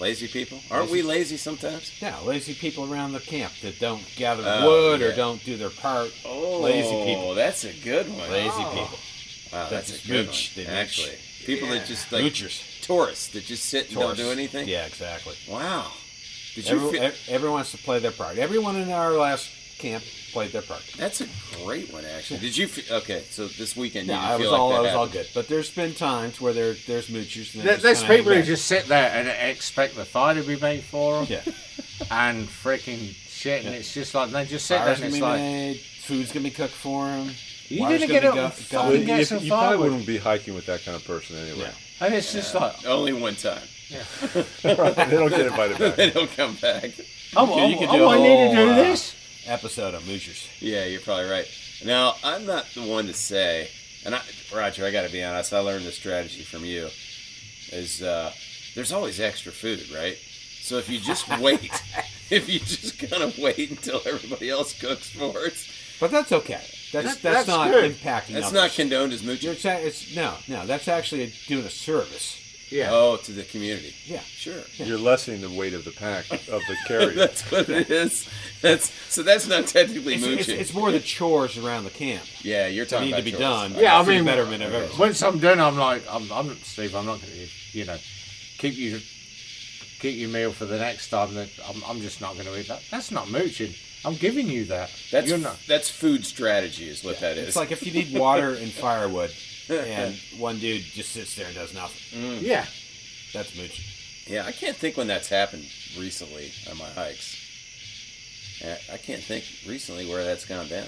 S3: lazy people, aren't we lazy sometimes?
S6: Yeah, lazy people around the camp that don't gather
S3: Oh,
S6: wood or
S3: yeah.
S6: don't do their part.
S3: Oh,
S6: Lazy people.
S3: That's a good
S5: oh.
S3: one.
S6: Lazy people.
S3: Wow,
S6: That's
S3: that's,
S6: just
S3: a good
S6: mooch.
S3: one.
S6: They mooch.
S3: Actually, people that just like
S6: Moochers.
S3: tourists that just sit and
S6: Tourists.
S3: don't do anything.
S6: Yeah, exactly.
S3: Wow. Did you
S6: Every,
S3: feel,
S6: ev- everyone has to play their part. Everyone in our last camp played their part.
S3: That's a great one, actually. Did you feel okay? So this weekend, you
S6: No,
S3: didn't
S6: I was
S3: feel
S6: all
S3: like
S6: I
S3: that
S6: was all
S3: happened.
S6: good. But there's been times where there there's moochers. And they
S5: There-
S6: just
S5: There's
S6: kinda
S5: people who
S6: hang
S5: just sit there and expect the fire to be made for
S6: back.
S5: them
S6: yeah,
S5: and freaking shit, and it's just like they just sit there
S6: fire's
S5: and
S6: gonna
S5: it's
S6: be
S5: like
S6: made. Food's gonna be cooked for them.
S5: You didn't get up and fucking-
S4: Well,
S5: get
S4: if-
S5: some
S4: you
S5: firewood.
S4: probably wouldn't be hiking with that kind of person anyway.
S6: Yeah.
S5: and it's just like
S3: Only one time. [laughs]
S4: [laughs] they don't get invited back.
S3: Then he'll come back.
S6: Oh,
S3: You could do a
S6: I need to
S3: whole,
S6: do
S3: uh,
S6: this episode on Moosers.
S3: Yeah, you're probably right. Now, I'm not the one to say, and I, Roger, I got to be honest. I learned this strategy from you. Is uh, there's always extra food, right? So if you just
S6: [laughs]
S3: wait, if you just kind of wait until everybody else cooks for it,
S6: But that's okay. That's
S5: That-
S6: that's,
S5: that's
S6: not
S5: good.
S6: impacting.
S3: that's
S6: others.
S3: not condoned as much.
S6: You're sa- it's no, no. That's actually doing a service.
S5: Yeah.
S3: Oh, to the community.
S6: Yeah.
S3: Sure.
S4: You're lessening the weight of the pack of the
S3: [laughs]
S4: carry.
S3: That's what it is. That's so. That's not technically
S6: It's, it's,
S3: mooching.
S6: it's more the chores around the camp
S3: yeah, you're
S6: that
S3: talking
S6: need
S3: about
S6: to be
S3: chores.
S6: done.
S5: Yeah, I
S6: for the
S5: mean-
S6: betterment of everyone.
S5: Once I'm done, I'm like, I'm, I'm Steve. I'm not going to, you know, keep you keep your meal for the next time. That I'm, I'm just not going to eat that. That's not mooching. I'm giving you that.
S3: That's
S5: You're not.
S3: that's food strategy, is what that is.
S6: It's like if you need water and
S3: [laughs]
S6: firewood, and one dude just sits there and does nothing.
S5: Yeah.
S6: That's mooching.
S3: Yeah, I can't think when that's happened recently on my hikes. Yeah, I can't think recently where that's gone down.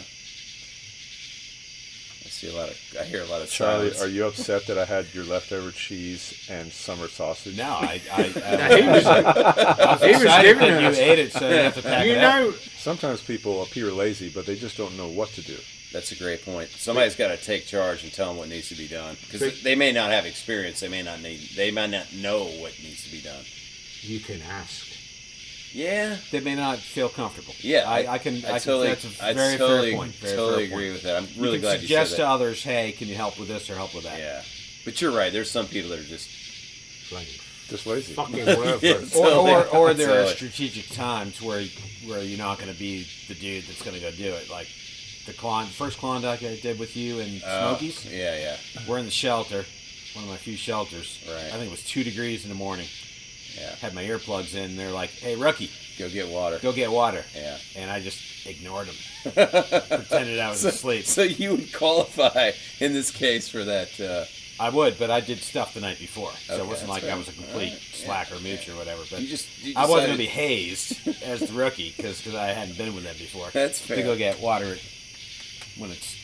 S3: I see a lot of, I hear a lot of
S4: Charlie,
S3: silence.
S4: are you upset that I had your leftover cheese and summer sausage?
S6: No, I,
S3: [laughs]
S6: I,
S5: He
S6: I,
S5: was,
S6: I was
S5: he was
S6: excited
S5: giving
S6: that you
S5: us.
S6: ate it, so you have to pack
S5: you
S6: it up.
S5: know,
S4: Sometimes people appear lazy, but they just don't know what to do.
S3: That's a great point. Somebody's got to take charge and tell them what needs to be done because
S5: Big-
S3: they may not have experience. They may not need. They may not know what needs to be done.
S5: you can ask.
S3: Yeah,
S6: They may not feel comfortable.
S3: yeah.
S6: I, I can. I, can
S3: totally,
S6: That's a
S3: I
S6: very
S3: totally,
S6: fair point. Very
S3: totally
S6: fair
S3: agree
S6: point.
S3: with that. I'm
S6: you
S3: really
S6: can
S3: glad
S6: suggest uh,
S3: you
S6: to
S3: said
S6: others, hey, can you help with this or help with
S3: that.
S6: that?
S3: Yeah, but you're right. There's some people that are just
S5: Like, [laughs]
S4: Just lazy.
S5: fucking word for it.
S6: Or,
S3: Totally.
S6: or, or there are
S3: Totally.
S6: strategic times where where you're not going to be the dude that's going to go do it. Like the Klond- first Klondike I did with you and
S3: uh,
S6: Smokies,
S3: Yeah, yeah,
S6: we're in the shelter, one of my few shelters.
S3: Right.
S6: I think it was two degrees in the morning.
S3: yeah.
S6: Had my earplugs in. They're like, "Hey, rookie,
S3: Go get water.
S6: go get water."
S3: Yeah.
S6: And I just ignored
S3: [laughs]
S6: them, pretended I was asleep.
S3: So you would qualify in this case for that. Uh,
S6: I would, but I did stuff the night before, so
S3: Okay,
S6: it wasn't
S3: that's
S6: like I
S3: fair.
S6: was a complete slack or mooch or whatever. But
S3: you just you
S6: I wasn't
S3: decided-
S6: gonna be hazed
S3: [laughs]
S6: as the rookie because I hadn't been with them before.
S3: That's
S6: To
S3: fair.
S6: go get water when it's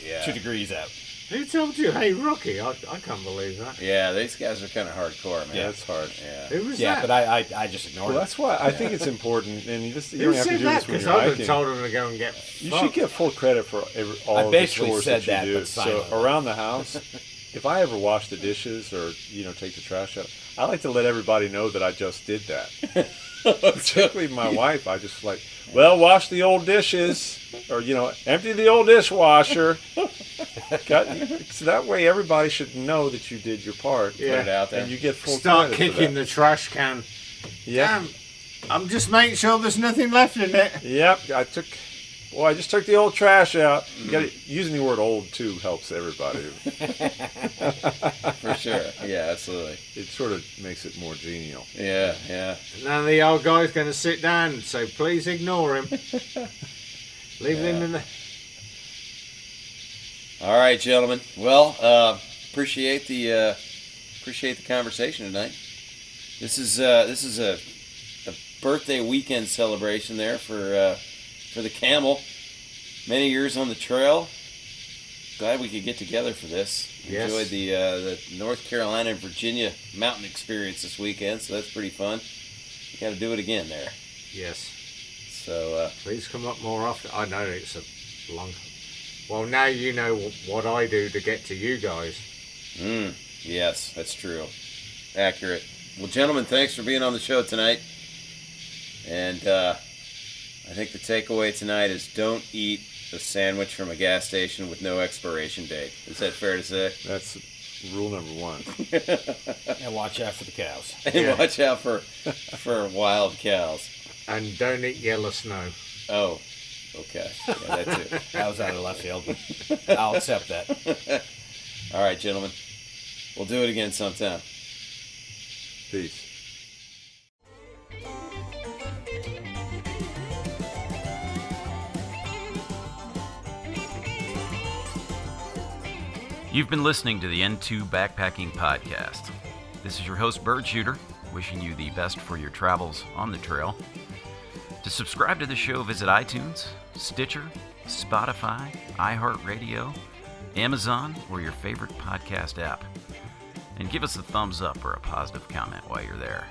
S6: two
S3: Yeah,
S6: degrees out.
S5: Who told you? Hey, Rocky, I, I can't believe that.
S3: yeah. These guys are kind of hardcore, man.
S4: Yeah, that's hard.
S3: Yeah.
S5: Who was
S6: Yeah,
S5: that?
S6: but I, I, I just ignored
S4: Well,
S6: it.
S4: that's why I think it's important, and you just you
S5: Who
S4: don't have to
S5: said
S4: do
S5: that?
S4: this when
S5: Because
S4: you're
S5: I would
S4: hiking.
S5: have told him to go and get.
S4: You
S5: fucked.
S4: should get full credit for every, all
S6: I
S4: of the
S6: basically
S4: chores
S6: said
S4: that
S6: that,
S4: you do.
S6: but
S4: so
S6: silently. [laughs]
S4: around the house, if I ever wash the dishes or you know take the trash out, I like to let everybody know that I just did that. Particularly my wife, I just like, well, wash the old dishes, or you know, empty the old dishwasher. Got- so that way, everybody should know that you did your part.
S5: Yeah.
S3: Put it out there.
S4: and you get full
S5: Start
S4: credit for
S5: kicking
S4: that.
S5: the trash can.
S4: yeah.
S5: Damn, I'm just making sure there's nothing left in it.
S4: Yep, I took. Well, I just took the old trash out. You gotta,
S5: Mm-hmm.
S4: using the word "old" too helps everybody.
S3: [laughs] for sure. Yeah, absolutely.
S4: it sort of makes it more genial.
S3: Yeah, yeah.
S5: Now the old guy's going to sit down, so please
S4: [laughs]
S5: ignore him. Leave him in the.
S3: All right, gentlemen. Well, uh, appreciate the uh, appreciate the conversation tonight. This is uh, this is a, a birthday weekend celebration there for uh, for the camel. Many years on the trail. Glad we could get together for this.
S5: Yes.
S3: Enjoyed the uh, the North Carolina and Virginia mountain experience this weekend, so that's pretty fun. Got to do it again there.
S5: Yes,
S3: So uh,
S5: please come up more often. I know it's a long. Well, now you know wh- what I do to get to you guys.
S3: Mm, yes, that's true. Accurate. Well, gentlemen, thanks for being on the show tonight. And uh, I think the takeaway tonight is don't eat a sandwich from a gas station with no expiration date. Is that fair to say? [laughs]
S4: That's rule number one.
S6: And watch out for the cows.
S3: [laughs] And watch out for for wild cows.
S5: And don't eat yellow snow.
S3: Oh, okay. Yeah, that too.
S6: That was out of left field. but I'll accept that.
S3: All right, gentlemen. We'll do it again sometime.
S4: Peace.
S2: You've been listening to the N2 Backpacking Podcast. This is your host, Bird Shooter, wishing you the best for your travels on the trail. To subscribe to the show, visit iTunes, Stitcher, Spotify, iHeartRadio, Amazon, or your favorite podcast app. and give us a thumbs up or a positive comment while you're there.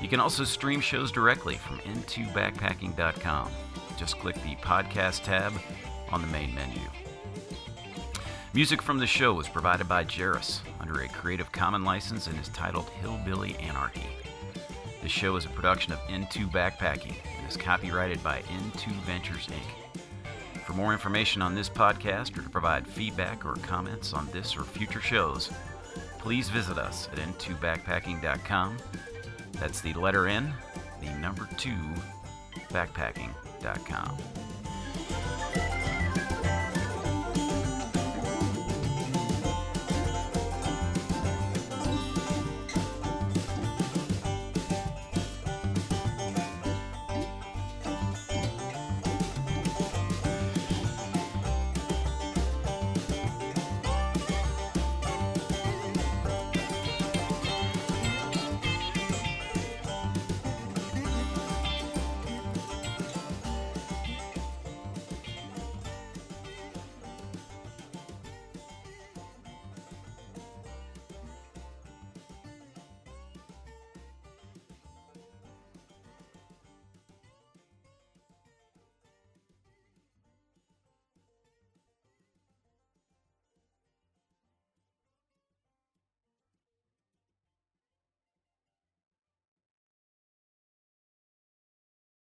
S2: You can also stream shows directly from intobackpacking.com. Just click the podcast tab on the main menu. Music from the show was provided by Jerris under a Creative Common license and is titled Hillbilly Anarchy. The show is a production of Into Backpacking and is copyrighted by Into Ventures Inc. For more information on this podcast or to provide feedback or comments on this or future shows, please visit us at intobackpacking.com. That's the letter N, the number two, backpacking.com.